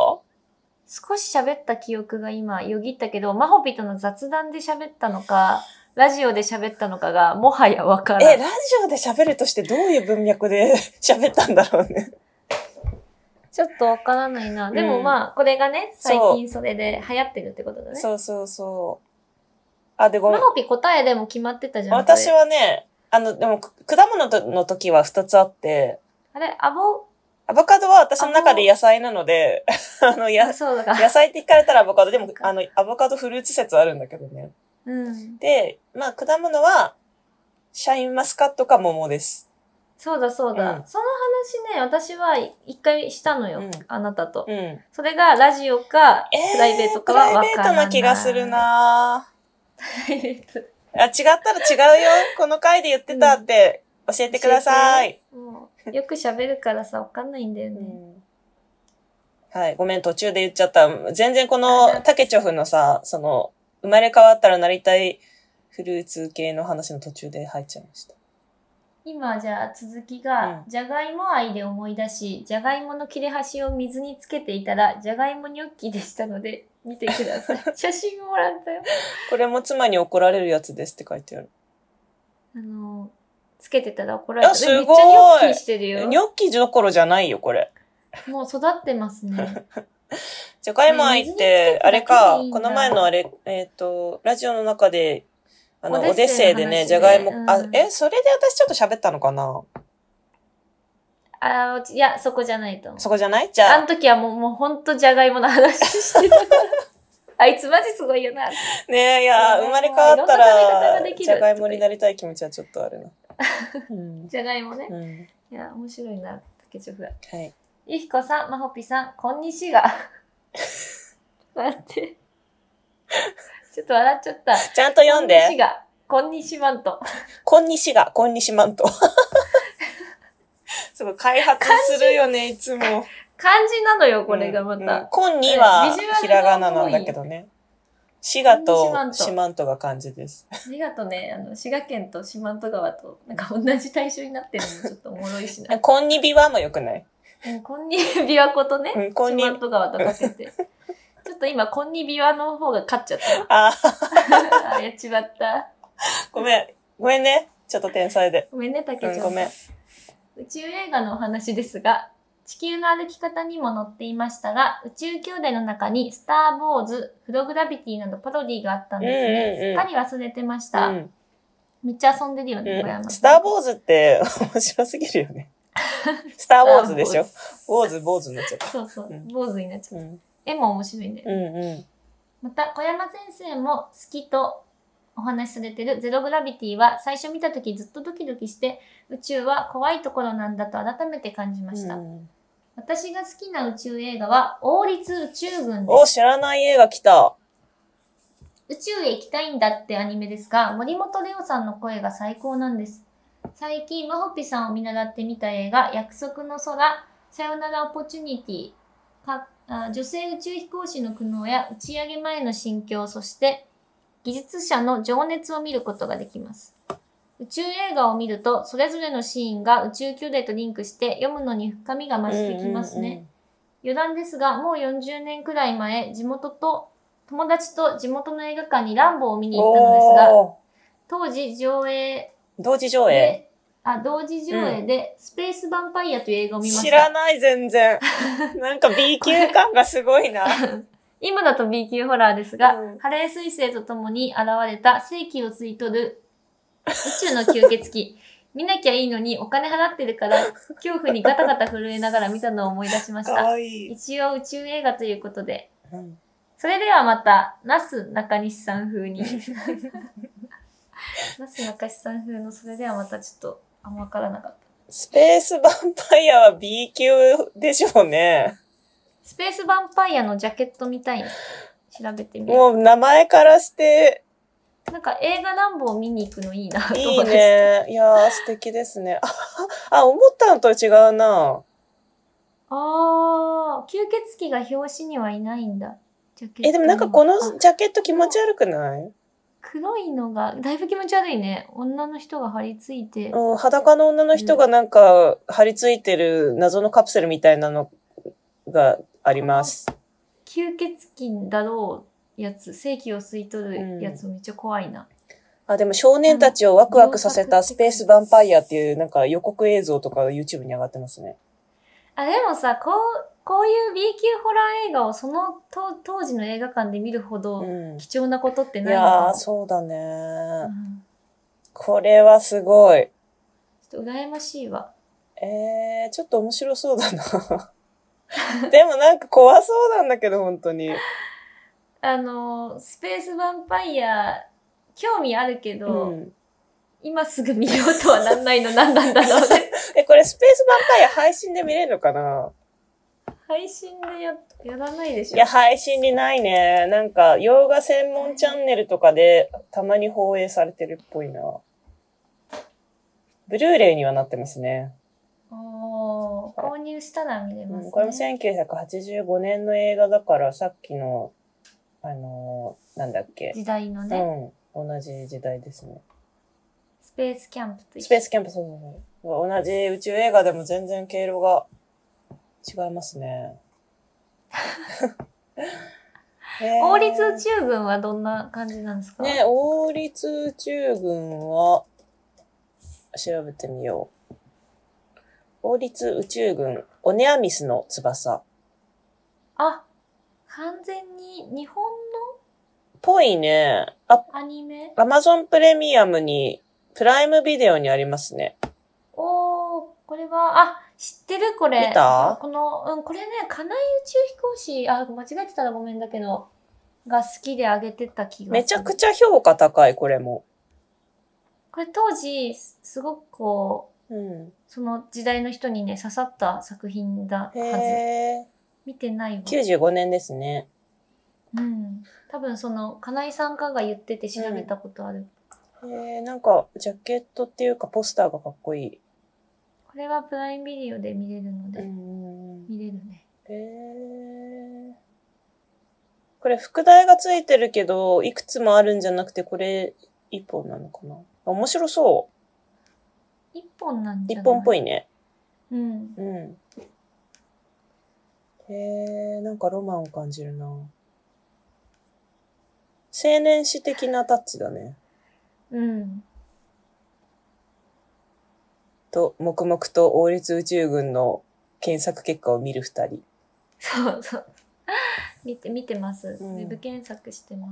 A: 少し喋った記憶が今よぎったけど、マホピとの雑談で喋ったのか、ラジオで喋ったのかがもはやわからな
B: え、
A: い。
B: ラジオで喋るとしてどういう文脈で喋ったんだろうね。
A: ちょっとわからないな。でもまあ、これがね、最近それで流行ってるってことだね。
B: そうそうそう。あ、で、ごめ
A: マ
B: ん。
A: ホピ答えでも決まってたじゃん。
B: 私
A: こ
B: はね、あの、でも、く果物との時は2つあって、
A: れ。あれ、アボ、
B: アボカドは私の中で野菜なので、 あの、や
A: あ、そうだか。
B: 野菜って聞かれたらアボカド、でも、あの、アボカドフルーツ説あるんだけどね。
A: うん。
B: で、まあ、果物は、シャインマスカットか桃です。
A: そうだそうだ。
B: うん
A: その話ね、私は一回したのよ。
B: うん
A: あなたと。
B: うん。え
A: それがラジオか、
B: ー
A: プライベートかはわからない。
B: プライベートな気がする。な
A: プライベート。教
B: あ、違ったら違うよ。この回で言ってたって、教えてください。。
A: もう、よく喋るからさ、わかんないんだよ
B: う
A: ね。
B: んはい、ごめん、途中で言っちゃった。全然この、タケチョフのさ、その、生まれ変わったらなりたいフルーツ系の話の途中で入っちゃいました。
A: 今、じゃあ続きが
B: う、
A: じゃがいも愛で思い出し、じゃがいもの切れ端を水につけていたら、じゃがいもニョッキでしたので、見てくだ さい。写真もらったよ。
B: これも妻に怒られるやつですって書いてある。
A: あの、つけてたら怒られた。
B: あ
A: め
B: すごい
A: っちゃニョッキしてる
B: ニ
A: よ。
B: ョッキどころじゃないよ、これ。
A: もう育ってます ね。
B: じゃがいも愛っ
A: ね水につけて
B: て、あれ
A: だけ
B: か
A: でいいん、だ
B: この前のあれ、えっ、と、ラジオの中で、あの、
A: オデッ
B: オ
A: セイ
B: デッセイで
A: の話
B: ね、
A: ね
B: じゃがいも
A: う、ん
B: あ、え、それで私ちょっと喋ったのかな
A: あーいや、そこじゃないと思う。
B: そこじゃないじ
A: あ
B: ゃ
A: の時はもう、もうほんとじゃがいもの話してたから。あいつマジすごいよな。
B: あ、ねえ、いや、
A: うん
B: 生まれ変わった
A: いろんな食べ方が
B: ら
A: でき、る
B: じゃがいもになりたい気持ちはちょっとある な。うん。
A: じゃがいもね。
B: うん。
A: いや、面白いな、竹チョフ。
B: はい。
A: ゆひこさん、まほぴさん、こんにちが。 待って。ちょっと笑っちゃった。
B: ちゃんと読
A: こんに
B: ん
A: ち
B: で。
A: が。こんにちまんと。
B: こんにしが、こんにしまん と。すごい、開発するよね、いつも。
A: 漢字なのよ、これがま
B: うん
A: た。
B: こんには
A: ビジュアルが、
B: ひらがななんだけどね。しがと
A: こんにしまんと
B: しまんとが漢字です。
A: ありがとね、あの、滋賀県と四万十川と、なんか同じ対象になってるのもちょっとおもろいしな。
B: こんにびはもよくない
A: うん、こんに琵琶湖とね、
B: うんこんに
A: 四万十川とかけて。ちょっと今、こんに琵琶の方が勝っちゃ った
B: あー。
A: な。あやっちまった。
B: ごめん。ごめんね。ちょっと天才で。
A: ごめんね、竹ち
B: う
A: ゃん。
B: ん、ごめん。
A: 宇宙映画のお話ですが、地球の歩き方にも載っていましたが、宇宙兄弟の中にスター・ウォーズ、フログラビティなどパロディーがあったんですね。
B: うんうんうん
A: すっかり忘れてました。
B: うん
A: めっちゃ遊んでるよね、小
B: う
A: 山
B: ん、
A: さん
B: スター・ウォーズって 面白すぎる よね。スター・ウォーズでしょ。ウォーズ、ウォーズになっちゃった。
A: そうそう
B: うん、
A: 坊主になっちゃう。
B: うん、
A: 絵も面白いんだよね。
B: うん、う
A: また、小山先生も好きとお話しされてるゼログラビティは最初見た時ずっとドキドキして、宇宙は怖いところなんだと改めて感じました。
B: ん。
A: 私が好きな宇宙映画は、王立宇宙軍です
B: お、。知らない映画来た。
A: 宇宙へ行きたいんだってアニメですが、森本レオさんの声が最高なんです。最近、マホピさんを見習ってみた映画、約束の空、さよならオポチュニティ、かあ女性宇宙飛行士の苦悩や打ち上げ前の心境、そして技術者の情熱を見ることができます。宇宙映画を見ると、それぞれのシーンが宇宙兄弟とリンクして、読むのに深みが増してきますね。余談ですが、もう40年くらい前、地元と、友達と地元の映画館にランボーを見
B: うん
A: に
B: うんう
A: 行
B: ん。
A: ったのですが、
B: お
A: 当時上映
B: ー同時上映。
A: で、あ、同時上映で、スペースヴァンパイアという映画を見まし
B: 知
A: た
B: ら。ない、全然。なんか B 級感がすごいな。
A: 今だと B 級ホラーですが、
B: うん
A: ハレー彗星とともに現れた世紀をついとる宇宙の吸血鬼。 見なきゃいいのにお金払ってるから、恐怖にガタガタ震えながら見たのを思い出しまし
B: か
A: た。
B: わいい。
A: 一応宇宙映画ということで、
B: うん
A: それではまた、なす中西さん 風に。なす中西さん風の、それではまたちょっと、あんま分からなかった。
B: スペースヴァンパイアは B 級でしょうね。
A: スペースヴァンパイアのジャケットみたいに調べてみる。
B: もう名前からして、
A: なんか映画乱暴見に行くのいいな、と
B: いい
A: 思って。
B: ね。いやー、素敵ですね。ああ、あ思ったのと違うな。
A: あー、吸血鬼が表紙にはいないんだ。ジャケットには
B: え、でもなんかこの
A: あ
B: ジャケット気持ち悪くない
A: 黒いのが、だいぶ気持ち悪いね。女の人が張り付いて。
B: うん、裸の女の人がなんか張り付いてる謎のカプセルみたいなのがあります。
A: 吸血鬼だろうやつ、正気を吸い取るやつめっちゃ怖いな。
B: あ、でも少年たちをワクワクさせたスペースヴァンパイアっていうなんか予告映像とか YouTube に上がってますね。
A: あ、でもさ、こう、こういう B 級ホラー映画をその当当時の映画館で見るほど
B: うん
A: 貴重なことって
B: い
A: ないのか
B: や
A: な
B: ー、そうだ
A: う
B: ね。
A: ん
B: これはすごい。
A: ちょっと羨ましいわ。
B: えー、ちょっと面白そう だな。でもなんか怖そうなんだけど、本当に。
A: あの、スペースヴァンパイア、興味あるけど、
B: うん
A: 今すぐ見ようとはなんないの何なんだろう ね。
B: え、これスペースバンパイア配信で見れるのかな
A: 配信でややらないでし
B: い
A: ょ。
B: や、配信にないね。なんか、洋画専門チャンネルとかで、たまに放映されてるっぽいな。ブルーレイにはなってますね。
A: おー購入したら見れます、
B: う
A: ね
B: ん、これも1985年の映画だから、さっきの、あのーなんだっけ。
A: 時代の
B: う
A: ね、
B: ん。同じ時代ですね。
A: スペースキャンプと一緒
B: スペースキャンプ、そうそうそう。同じ宇宙映画でも全然経路が違いま すね。へー
A: 王立宇宙軍はどんな感じなんですか、
B: ね、王立宇宙軍は、調べてみよう。王立宇宙軍、オネアミスの翼。
A: あ、完全に日本
B: ぽいね。あ、
A: のアニメ
B: アマゾンプレミアムに、プライムビデオにありますね。
A: おー、これは、あ、知ってるこれ。
B: 見た
A: この、うん、これね、金井宇宙飛行士、あ、間違えてたらごめんだけど、が好きであげてた気がする。
B: めちゃくちゃ評価高い、これも。
A: これ当時、すすごくこ
B: うん。
A: う、その時代の人にね、刺さった作品だはず。
B: へえ。
A: 見てないわ。
B: 95年ですね。
A: うん。多分その、金井さんかが言ってて調べたことある。
B: へえ、なんか、ジャケットっていうか、ポスターがかっこいい。
A: これはプライムビデオで見れるので、
B: ん。
A: 見れるね。
B: へーこれ副題がついてるけど、いくつもあるんじゃなくて、これ一本なのかな面白そ
A: 一本なん
B: う。
A: じゃ
B: 一
A: ない
B: 本っぽ
A: い。
B: いね。
A: うん。
B: うん。へえ、なんかロマンを感じるな。青年史的なタッチだね。
A: うん。
B: と、黙々と王立宇宙軍の検索結果を見る二人。
A: そうそう。見て、見てます。
B: うん
A: ウェブ検索してます。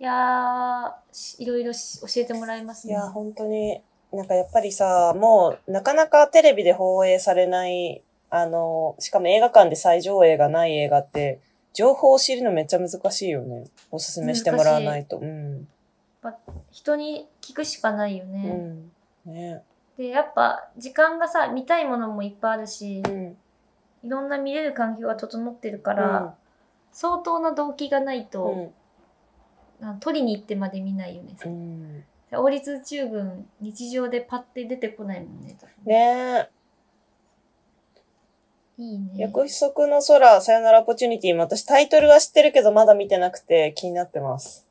A: いやーし、いろいろし教えてもらいます
B: い
A: ね。
B: や、本当に、なんかやっぱりさ、もうなかなかテレビで放映されない、あの、しかも映画館で再上映がない映画って、情報を知るのめっちゃ難しいよね。おすすめしてもらわないと。うん。
A: 人に聞くしかないよ
B: う
A: ね。
B: ん。ね。
A: で、やっぱ時間がさ、見たいものもいっぱいあるし
B: う、ん。
A: いろんな見れる環境が整ってるから、相当な動機がない
B: うん、
A: と、あ取りに行ってまで見ないよね。
B: うん。
A: 王立宇宙軍、日常でパッて出てこないもんね。
B: ね
A: いい
B: え。
A: ね。
B: 約束の空、さよならオポチュニティも私タイトルは知ってるけどまだ見てなくて気になってます。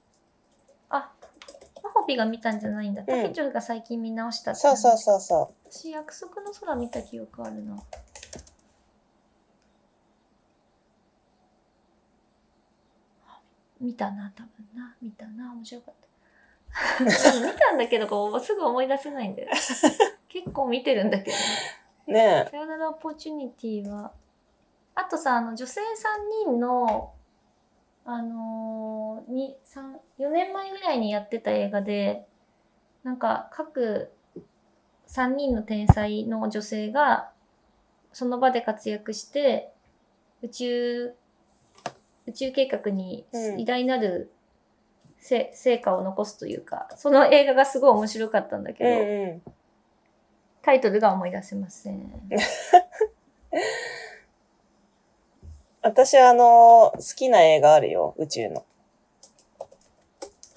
A: あ、マホピが見たんじゃないんだ。タ
B: ん
A: ケチョフが最近見直したって
B: さあさあさあさあ。
A: 私、約束の空見た記憶あるな。見たな、多分な。見たな、面白かった。 見たんだけど、こうすぐ思い出せないんだよ。結構見てるんだけど。
B: ね
A: さよならオポチュニティは。あとさ、あの、女性3人の、あのー、に、三4年前ぐらいにやってた映画で、なんか、各3人の天才の女性が、その場で活躍して、宇宙、宇宙計画に
B: うん
A: 偉大なるせ、成果を残すというか、その映画がすごい面白かったんだけ
B: え。
A: ど、
B: うんうん。
A: タイトルが思い出せません。
B: 私、あの、好きな映画あるよ、宇宙の。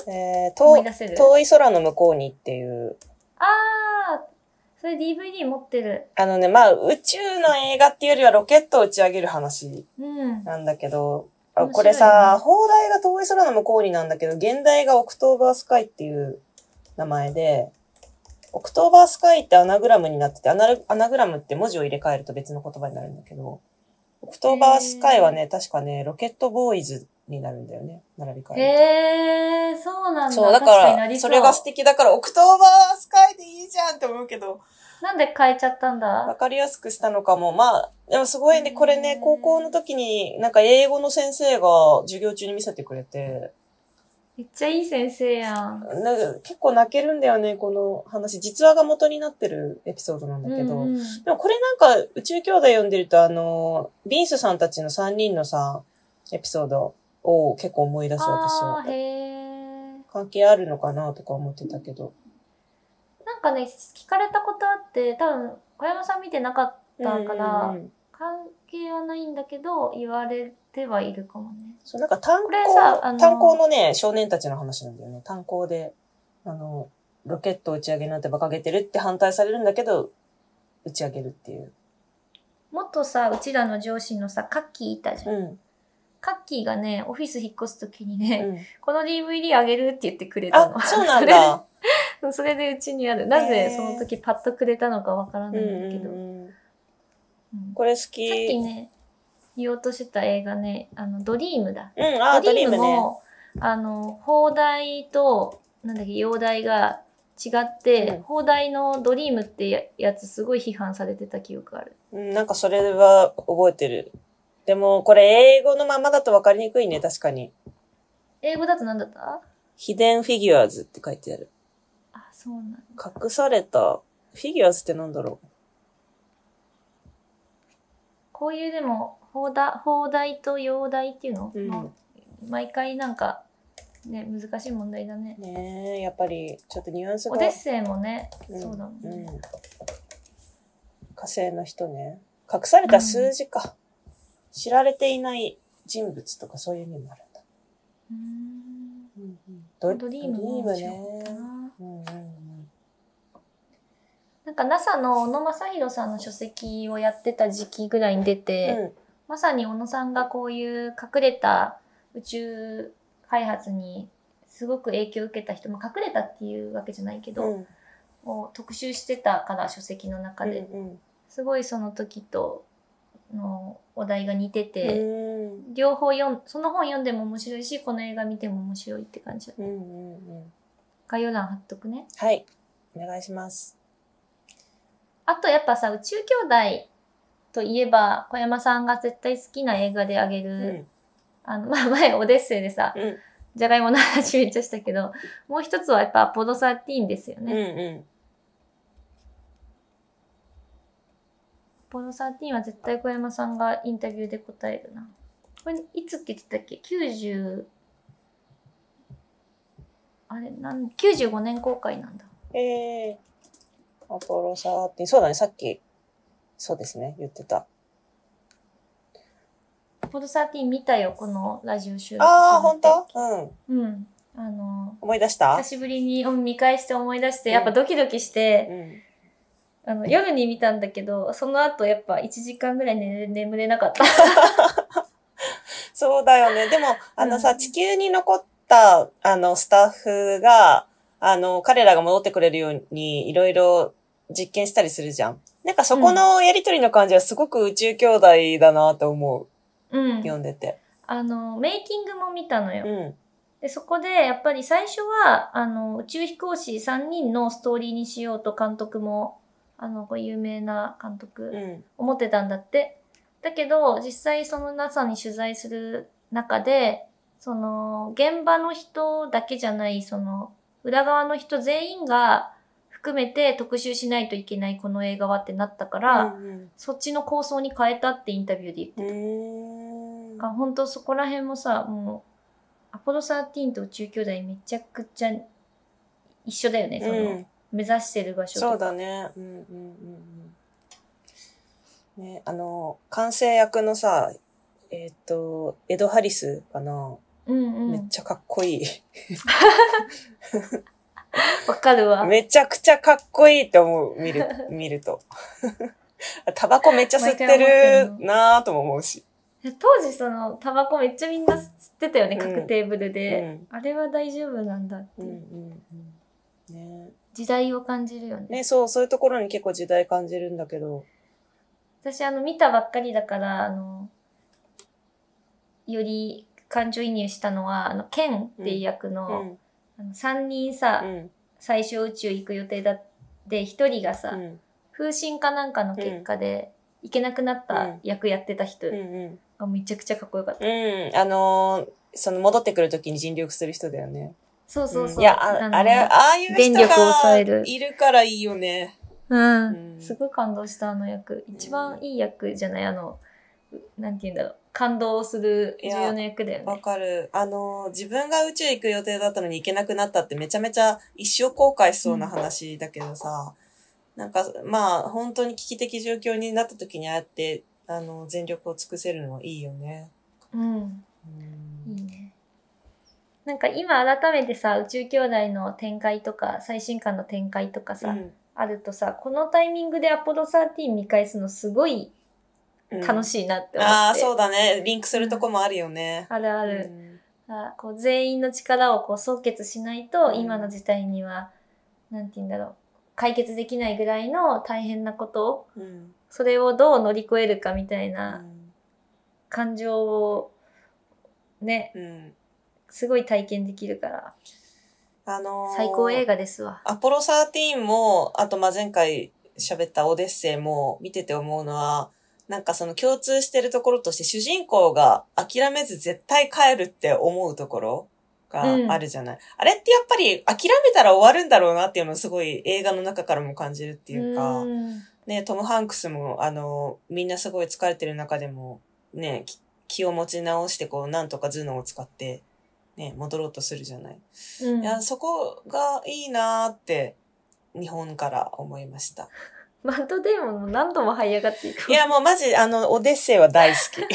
B: えー、
A: 思い
B: と
A: 出せる
B: 遠い空の向こうにっていう。
A: ああ、それ DVD 持ってる。
B: あのね、まあ、宇宙の映画っていうよりはロケットを打ち上げる話
A: うん。
B: なんだけど、あ
A: 面白いね
B: これさ、放題が遠い空の向こうになんだけど、現代がオクトーバースカイっていう名前で、オクトーバースカイってアナグラムになってて、アナルアナグラムって文字を入れ替えると別の言葉になるんだけど、オクトーバースカイはね、確かね、ロケットボーイズになるんだよね、並び替えると。
A: へえ、そうなんだ。
B: そう、だ
A: 確に
B: か
A: なり
B: ら、それが素敵だから、オクトーバースカイでいいじゃんって思うけど、
A: なんで変えちゃったん
B: わ
A: だ
B: かりやすくしたのかも。まあ、でもすごいね、これね、高校の時になんか英語の先生が授業中に見せてくれて、
A: めっちゃいい先生やん。
B: なんか結構泣けるんだよね、この話。実話が元になってるエピソードなんだけど。
A: うんうん
B: でもこれなんか宇宙兄弟読んでるとあの、ビンスさんたちの3人のさ、エピソードを結構思い出す私
A: あ
B: は
A: ー。へー
B: 関係あるのかなとか思ってたけど。
A: なんかね聞かれたことあって多分小山さん見てなかったから、
B: うんうんうん
A: 関係はないんだけど言われてはいるかもね。
B: そう、なんか炭鉱
A: これさあの、
B: 炭鉱のね、少年たちの話なんだよね。炭鉱で、あの、ロケット打ち上げなんて馬鹿げてるって反対されるんだけど、打ち上げるっていう。
A: もっとさうちらの上司のさカッキーいたじゃん。
B: うん。うん
A: カッキーがねオフィス引っ越す時にね、この DVD あげるって言ってくれたの
B: あ、。そうなんだ。
A: それそれでうちにある。な
B: へ
A: ぜ
B: ー
A: その時パッとくれたのかわから
B: うん
A: ないんだけど。
B: うんうん。
A: うん
B: これ好き。
A: さっきね言おうとしてた映画ね「あのドリームだ」
B: うん、あー、ド
A: ド
B: リ
A: リ
B: ー
A: ー
B: ム
A: ム
B: ね。
A: も、あの、放題と、なんだっけ、洋題が違って、
B: うん
A: 放題のドリームってややつすごい批判されてた記憶ある。
B: うん、なんかそれは覚えてる。でも、これ英語のままだと分かりにくいね、確かに。
A: 英語だとなんだった
B: ヒデンフィギュアーズって書いてある。
A: あ、そうなんだ。
B: 隠された、フィギュアーズってなんだろう
A: こういうでも、放題、放題と洋題っていうの、
B: うん
A: もう毎回なんか、ね、難しい問題だね。
B: ねえ、やっぱり、ちょっとニュアンスが。
A: オデッセイもね、
B: うん
A: そうだもんね。
B: うん火星の人ね。隠された数字か。知られていない人物とかそういう意味もあるんだ。
A: うん
B: ド
A: ドリーム
B: ドリー
A: も
B: ム
A: 面白かった
B: ね。
A: な。
B: うんうんうん
A: なんか NASA の小野正弘さんの書籍をやってた時期ぐらいに出て、
B: うん
A: まさに小野さんがこういう隠れた宇宙開発にすごく影響を受けた人、まあ、隠れたっていうわけじゃないけど、
B: うん
A: を特集してたから書籍の中で、
B: うん
A: すごいその時とのお題が似て
B: う
A: て、
B: ん
A: 両方読んその本読んでも面白いしこの映画見ても面白いって感じだ
B: うんうんうん
A: 概要欄貼っとくね
B: はい。お願いします。
A: あとやっぱさ宇宙兄弟といえば小山さんが絶対好きな映画であげる、
B: うん。
A: あのまあ前オデッセイでさ、
B: うん。
A: じゃがいもの話めっちゃしたけど、もう一つはやっぱアポロ13ですよ
B: うん。
A: ね。ア
B: う
A: ポロ13は絶対小山さんがインタビューで答えるな。これいつって言ってたっけ ?90、あれなん、95年公開なんだ。
B: ん。えー、アポロ13。そうだね、さっき。そうですね、言ってた。
A: アポロ13見たよ、このラジオ収録す
B: ああ、
A: る
B: 本
A: って
B: 当うん。
A: うん。あの、
B: 思い出した
A: 久しぶりにうん見返して思い出して、
B: うん
A: やっぱドキドキして、
B: うん。
A: あの夜に見たんだけど、その後やっぱ1時間ぐらい寝れ眠れなか った。
B: そうだよね。でも、あのさ、
A: うん
B: 地球に残った、あの、スタッフが、あの、彼らが戻ってくれるように、いろいろ実験したりするじゃん。なんかそこのやりとりの感じはすごく宇宙兄弟だなと思う。
A: うん。
B: 読んでて。
A: あの、メイキングも見たのよ。
B: うん。
A: で、そこで、やっぱり最初は、あの、宇宙飛行士3人のストーリーにしようと監督も、あの、こう有名な監
B: う
A: 督、
B: ん。
A: 思ってたんだって。だけど、実際その NASA に取材する中で、その、現場の人だけじゃない、その、裏側の人全員が含めて特集しないといけないこの映画はってなったから、
B: うん
A: そっちの構想に変えたってインタビューで言って
B: うーん。
A: あ本当そこら辺もさもうアポロ13と宇宙兄弟めちゃくちゃ一緒だよねその、
B: うん。
A: 目指してる場所とか
B: そうだね。うんうんうんうん。ね、あの、完成役のさ、えっ、と、エド・ハリスかな、
A: うんう
B: めっ
A: ん
B: ちゃかっこいい。
A: わかるわ
B: めちゃくちゃかっこいいって思う、見る、見ると。 タバコめっちゃ吸ってるなぁとも思うし。
A: 当時そのタバコめっちゃみんな吸ってたよね、
B: うん
A: 各テーブル
B: う
A: で、
B: ん。
A: あれは大丈夫なんだって
B: う
A: い
B: ん
A: う、
B: うんうん。ね
A: 時代を感じるよね
B: ね、そう、そういうところに結構時代感じるんだけど。
A: 私あの見たばっかりだからあのより感情移入したのはあのケンっていう役
B: う
A: の,、
B: ん。
A: あの3人さ、
B: うん。
A: 最初宇宙行く予定だって1人がさ、
B: うん。
A: 風神かなんかの結果で、行けなくなった役やってた人
B: うんうん。
A: がめちゃくちゃかっこよかった。
B: うん。あのーその戻ってくるときに尽力する人だよね。
A: そうそうそう。
B: んいや、あ
A: の
B: あれ、ああいう人
A: 電力を抑え
B: が
A: る
B: いるからいいよね。
A: う。
B: うんん
A: すごい感動した、あの役。一番いい役じゃないあの、なんて言うんだろう。感動する重要な役だよ
B: わ
A: ね。
B: かる。あのー自分が宇宙行く予定だったのに行けなくなったってめちゃめちゃ一生後悔しそうな話だけどさ、なんか、まあ、本当に危機的状況になった時にああやって、あのー全力を尽くせるのはいいよね。
A: うん。
B: うん
A: いいね。なんか今改めてさ、宇宙兄弟の展開とか、最新刊の展開とかさ、あるとさ、このタイミングでアポロ13見返すのすごい楽
B: い。
A: しいなって思って。
B: ああ、そうだね。リンクするとこもあるよね。
A: あるあ
B: あ
A: る。あこう全員の力をこう総結しないと、
B: うん
A: 今の事態には、なんて言うんだろう、解決できないぐらいの大変なことを、
B: うん。
A: それをどう乗り越えるかみたいうなん感情を、ね、
B: うん。
A: すごい体験できるから、
B: あのー
A: 最高映画ですわ。
B: アポロ13も、あと、まあ、前回喋ったオデッセイも見てて思うのは、なんかその共通してるところとして主人公が諦めず絶対帰るって思うところがあるじゃない。あれってやっぱり諦めたら終わるんだろうなっていうのをすごい映画の中からも感じるっていうか、
A: うん
B: ね、トム・ハンクスも、あの、みんなすごい疲れてる中でも、ね、き気を持ち直して、こう、なんとか頭脳を使って、ね、戻ろうとするじゃない。
A: うん
B: いや、そこがいいなーって、日本から思いました。
A: マッドデーモンも何度も這い上がっていく。
B: いや、もうマジ、あの、オデッセイは大好き。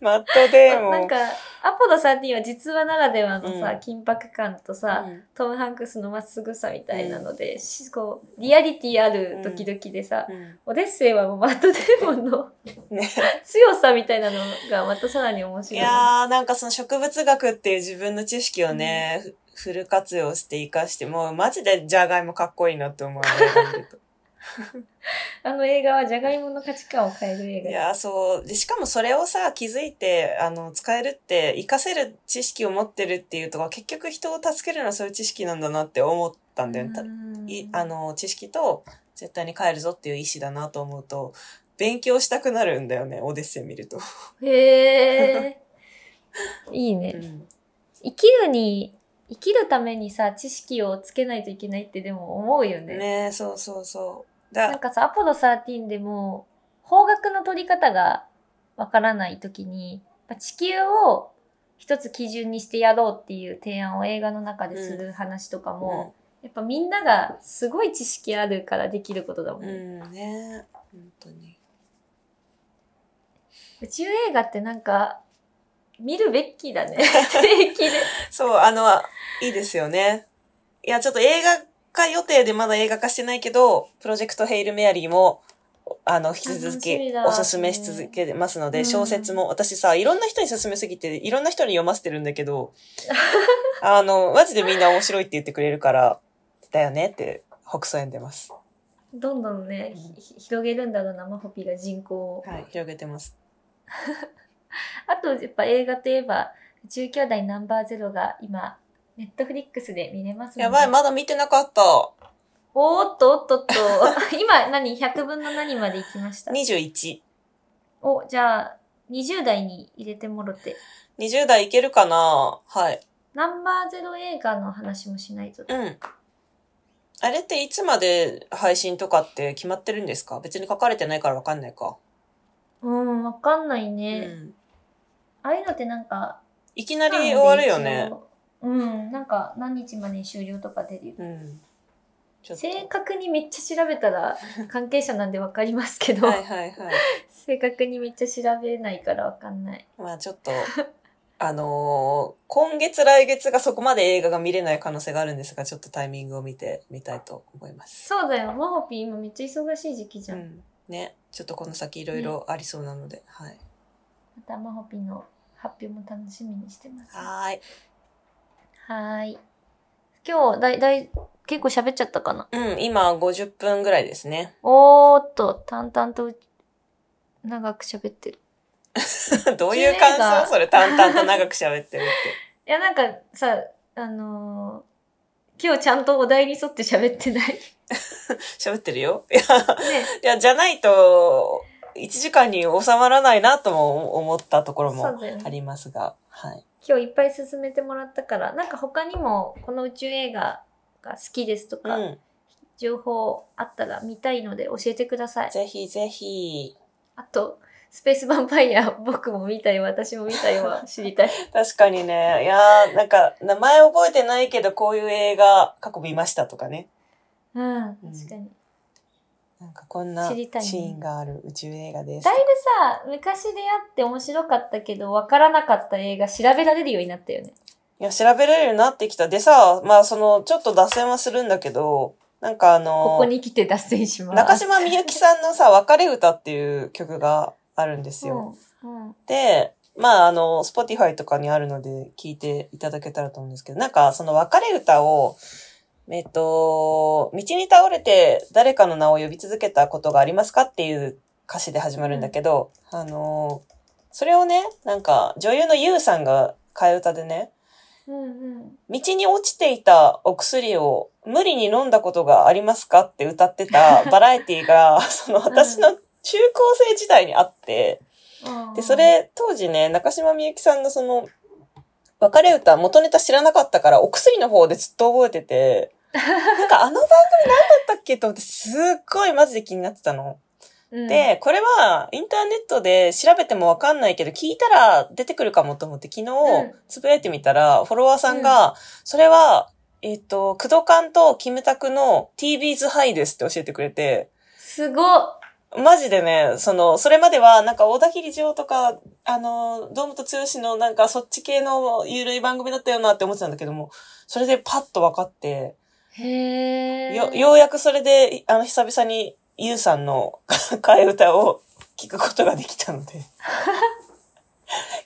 B: マットデーモン。
A: なんか、アポロ13は実話ならではのさ、緊迫感とさ、
B: うん
A: トム・ハンクスのまっすぐさみたいなので、しこう、リアリティあるドキドキでさ、
B: うん
A: オデッセイはもうマッドデーモンの
B: ね、
A: 強さみたいなのがまたさらに面
B: い
A: 白い。
B: やー、なんかその植物学っていう自分の知識をね、ふフル活用して活かして、もうマジでジャガイモかっこいいなって思うね映画見 ると。
A: あの映画はジャガイモの価値観を変える映
B: い
A: 画だ。
B: や、そう。で、しかもそれをさ、気づいて、あの、使えるって、活かせる知識を持ってるっていうとか、結局人を助けるのはそういう知識なんだなって思ったんだよね。た
A: うん
B: いあの、知識と、絶対に帰るぞっていう意思だなと思うと、勉強したくなるんだよね、オデッセイ見ると。
A: へ ーいいね。
B: うん
A: 生きるに生きるためにさ知識をつけないといけないってでも思うよね
B: ねえ、そうそうそう。
A: なん
B: だ、
A: かさアポロ13でも方角の取り方がわからない時にまあ地球を一つ基準にしてやろうっていう提案を映画の中でする話とかも、やっぱみんながすごい知識あるからできることだもん、
B: う
A: ね
B: ん、うん、ねえ本当に。
A: 宇宙映画ってなんか見るべき だね定期で
B: そう、あの、いいですよね。いや、ちょっと映画化予定でまだ映画化してないけど、プロジェクトヘイルメアリーも、あの、引き続
A: 楽しみ
B: き
A: だ
B: おすすめし続けてますの
A: う
B: で、
A: ん
B: 小説も、私さ、いろんな人に勧めすぎて、いろんな人に読ませてるんだけ ど、あの、マジでみんな面白いって言ってくれるから、だよねって、北斎に出ます。
A: どんどんねひひ広げるんだろうなマホピが人口を。
B: はい、広げてます。
A: あとやっぱ映画といえば「宇宙兄弟ナンバーゼロが今ネットフリックスで見れますので
B: やばい、まだ見てなかった。
A: おーっとおっとっと 今何100分の何まで行きました
B: 21。
A: おじゃあ20代に入れてもろて
B: 20代いけるかなはい。
A: ナンバーゼロ映画の話もしないと
B: うん。あれっていつまで配信とかって決まってるんですか別に書かれてないからわかんないか。
A: うんわかんないうね、
B: ん。
A: ああいうのってなんか
B: いきなり終わるよ
A: 期間で
B: ね。
A: 一応うんなんか何日までに終了とか出るよ
B: うん。ちょっ
A: 正
B: と。
A: 確にめっちゃ調べたら 関係者なんでわかりますけど、
B: はいはいはい。
A: 正確にめっちゃ調べないからわかんない
B: まあちょっと、 あのー今月来月がそこまで映画が見れない可能性があるんですが、ちょっとタイミングを見てみたいと思います。
A: そうだよ、マホピー今めっちゃ忙しい時期じ
B: う
A: ゃん。
B: ん。ね。ちょっとこの先いろいろありそうなので、はい。
A: またマホピーの発表も楽しみにしてます。は
B: はーい。
A: ーい。今日だいだい結構喋っちゃったかな。
B: うん、今50分ぐらいで すね。
A: おーっと、淡々とう長く喋ってる。
B: どういう感
A: 映画
B: 想それ淡々と長く喋ってる
A: い
B: って。
A: や、なんかさ、あのー今日ちゃんとお題に沿って喋ってない。
B: 喋ってるよ。いや、いや、じゃないと、1時間に収まらないなとも思ったところ
A: そう
B: も
A: だよね
B: ありますが、はい。
A: 今日いっぱい勧めてもらったからなんか他にもこの宇宙映画が好きですと
B: う
A: か、
B: ん。
A: 情報あったら見たいので教えてください
B: ぜひぜひ。
A: あとスペースヴァンパイア僕も見たい私も見たい は知りたい
B: 確かにね。いやーなんか、名前覚えてないけど、こういう映画、過去見ましたとかね。
A: うん確かに、
B: なんか、こんな
A: 知
B: シ
A: りたいね
B: ーンがある宇宙映画です。
A: だいぶさ昔出会って面白かったけど分からなかった映画調べられるようになったよね
B: いや、調べれるようになってきた。でさ、まあ、その、ちょっと脱線はするんだけど、なんかあのー
A: ここに来て脱線します
B: 中島みゆきさんのさ、別れ歌っていう曲があるんですよ。
A: うんうん
B: で、まあ、あの、Spotify とかにあるので聞いていただけたらと思うんですけど、なんか、その別れ歌を、えっと、道に倒れて誰かの名を呼び続けたことがありますかっていう歌詞で始まるんだけど、あの、それをね、なんか、女優のゆうさんが替え歌でね、
A: うんうん
B: 道に落ちていたお薬を無理に飲んだことがありますかって歌ってたバラエティが、その私の中高生時代にあって、で、それ、当時ね、中島みゆきさんのその、別れ歌、元ネタ知らなかったから、お薬の方でずっと覚え てて、なんかあの番組何だったっけと思って、すっごいマジで気になってたの。
A: うん、
B: で、これは、インターネットで調べてもわかんないけど、聞いたら出てくるかもと思って、昨日
A: うん、
B: つぶやいてみたら、フォロワーさんが、それは、えっ、と、工藤館とキムタクの TV's ハイですって教えてくれて、
A: すごっ
B: マジでね、その、それまでは、なんか、小田切城とか、あの、堂本剛の、なんか、そっち系のゆるい番組だったよなって思ってたんだけども、それでパッと分かって、
A: へえ
B: よ、ようやくそれで、あの、久々に、ゆうさんの 替え歌を聞くことができたの で、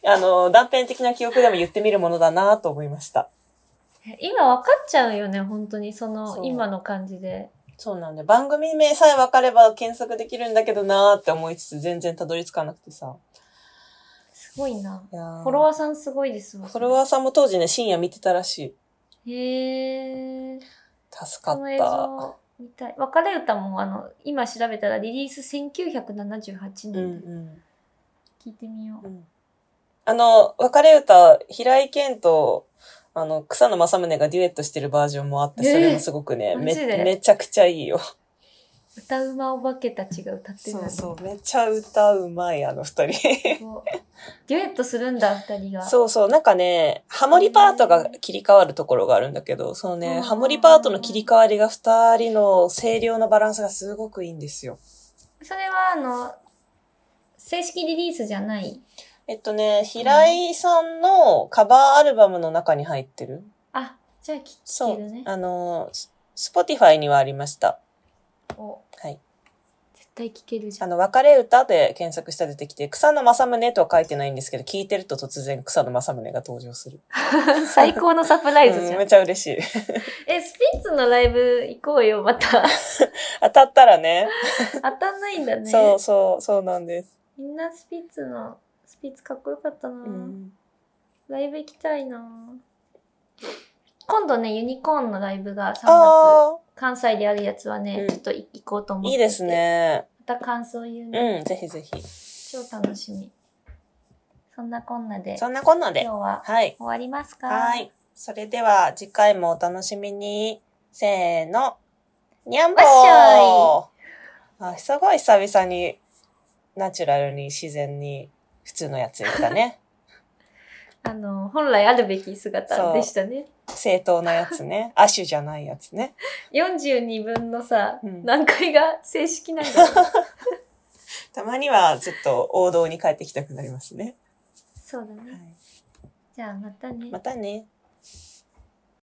B: あの、断片的な記憶でも言ってみるものだなと思いました。
A: 今分かっちゃうよね本当にその
B: そう
A: 今の感じで
B: そうなんで、番組名さえ分かれば検索できるんだけどなって思いつつ、全然たどり着かなくてさ。
A: すごいない
B: やー
A: フォロワーさんすごいですわ
B: フォロワーさんも当時ね、深夜見てたらしい。
A: へえ
B: 助か
A: こ
B: っ
A: の映
B: た。
A: 像見たい別れ歌もあの今調べたらリリース1978
B: うんう
A: 年
B: ん
A: 聞いてみよう、
B: うん。あの、別れ歌、平井堅と、あの、草野正宗がデュエットしてるバージョンもあって、それもすごくね、
A: えー
B: め
A: マジで
B: めちゃくちゃいいよ。
A: 歌うまお化けたちが歌ってる
B: そ
A: の
B: う
A: に
B: そう、めちゃ歌うまい、あの二人。
A: すごいデュエットするんだ二人が
B: そうそう、なんかね、ハモリパートが切り替わるところがあるんだけど、その
A: うんうん
B: ね、
A: うん
B: ハモリパートの切り替わりが二人の声量のバランスがすごくいいんですよ。
A: それはあの正式リリースじゃない
B: えっとね、平井さんのカバーアルバムの中に入ってる
A: あじゃあ聞
B: そ
A: 聞ける
B: う
A: ね。
B: あの、ススポティファイにはありました。
A: お
B: はい。
A: 絶対聞けるじゃ
B: あ
A: ん
B: の、別れ歌で検索したら出てきて、草野正宗とは書いてないんですけど、聞いてると突然草野正宗が登場する。
A: 最高のサプライズじ
B: うん
A: ゃん、
B: めちゃ嬉しい。
A: えスピッツのライブ行こうよま た
B: 当たったらね。
A: 当たんないんだね
B: そうそう、そうなんです。
A: みんなスピッツのスピッツかっこよかったな、ライブ行きたいな今度ねユニコーンのライブが3月
B: ああ、
A: 関西であるやつはね、
B: うん
A: ちょっとい行こうと思ってい
B: いい
A: て
B: ですね。
A: また感想言うね、
B: うん、ぜひぜひ。
A: 超楽しみそんなこんなで
B: そんなこんな
A: 今日
B: で。
A: は
B: はい。
A: 終わりますか
B: はい。それでは、次回もお楽しみに。せーの。にゃんぽ
A: わっしょ
B: ーあ、すごい久々に、ナチュラルに、自然に、普通のやつ言っ たね。
A: あの本来あるべき姿でしたね
B: 正当なやつね。亜種じゃないやつね。
A: 42分のさ、
B: うん
A: 何回が正式なんだ ろう
B: たまには、ちょっと王道に帰ってきたくなりますね。
A: そうだ
B: は
A: ね
B: い、
A: じゃあまたね
B: またね。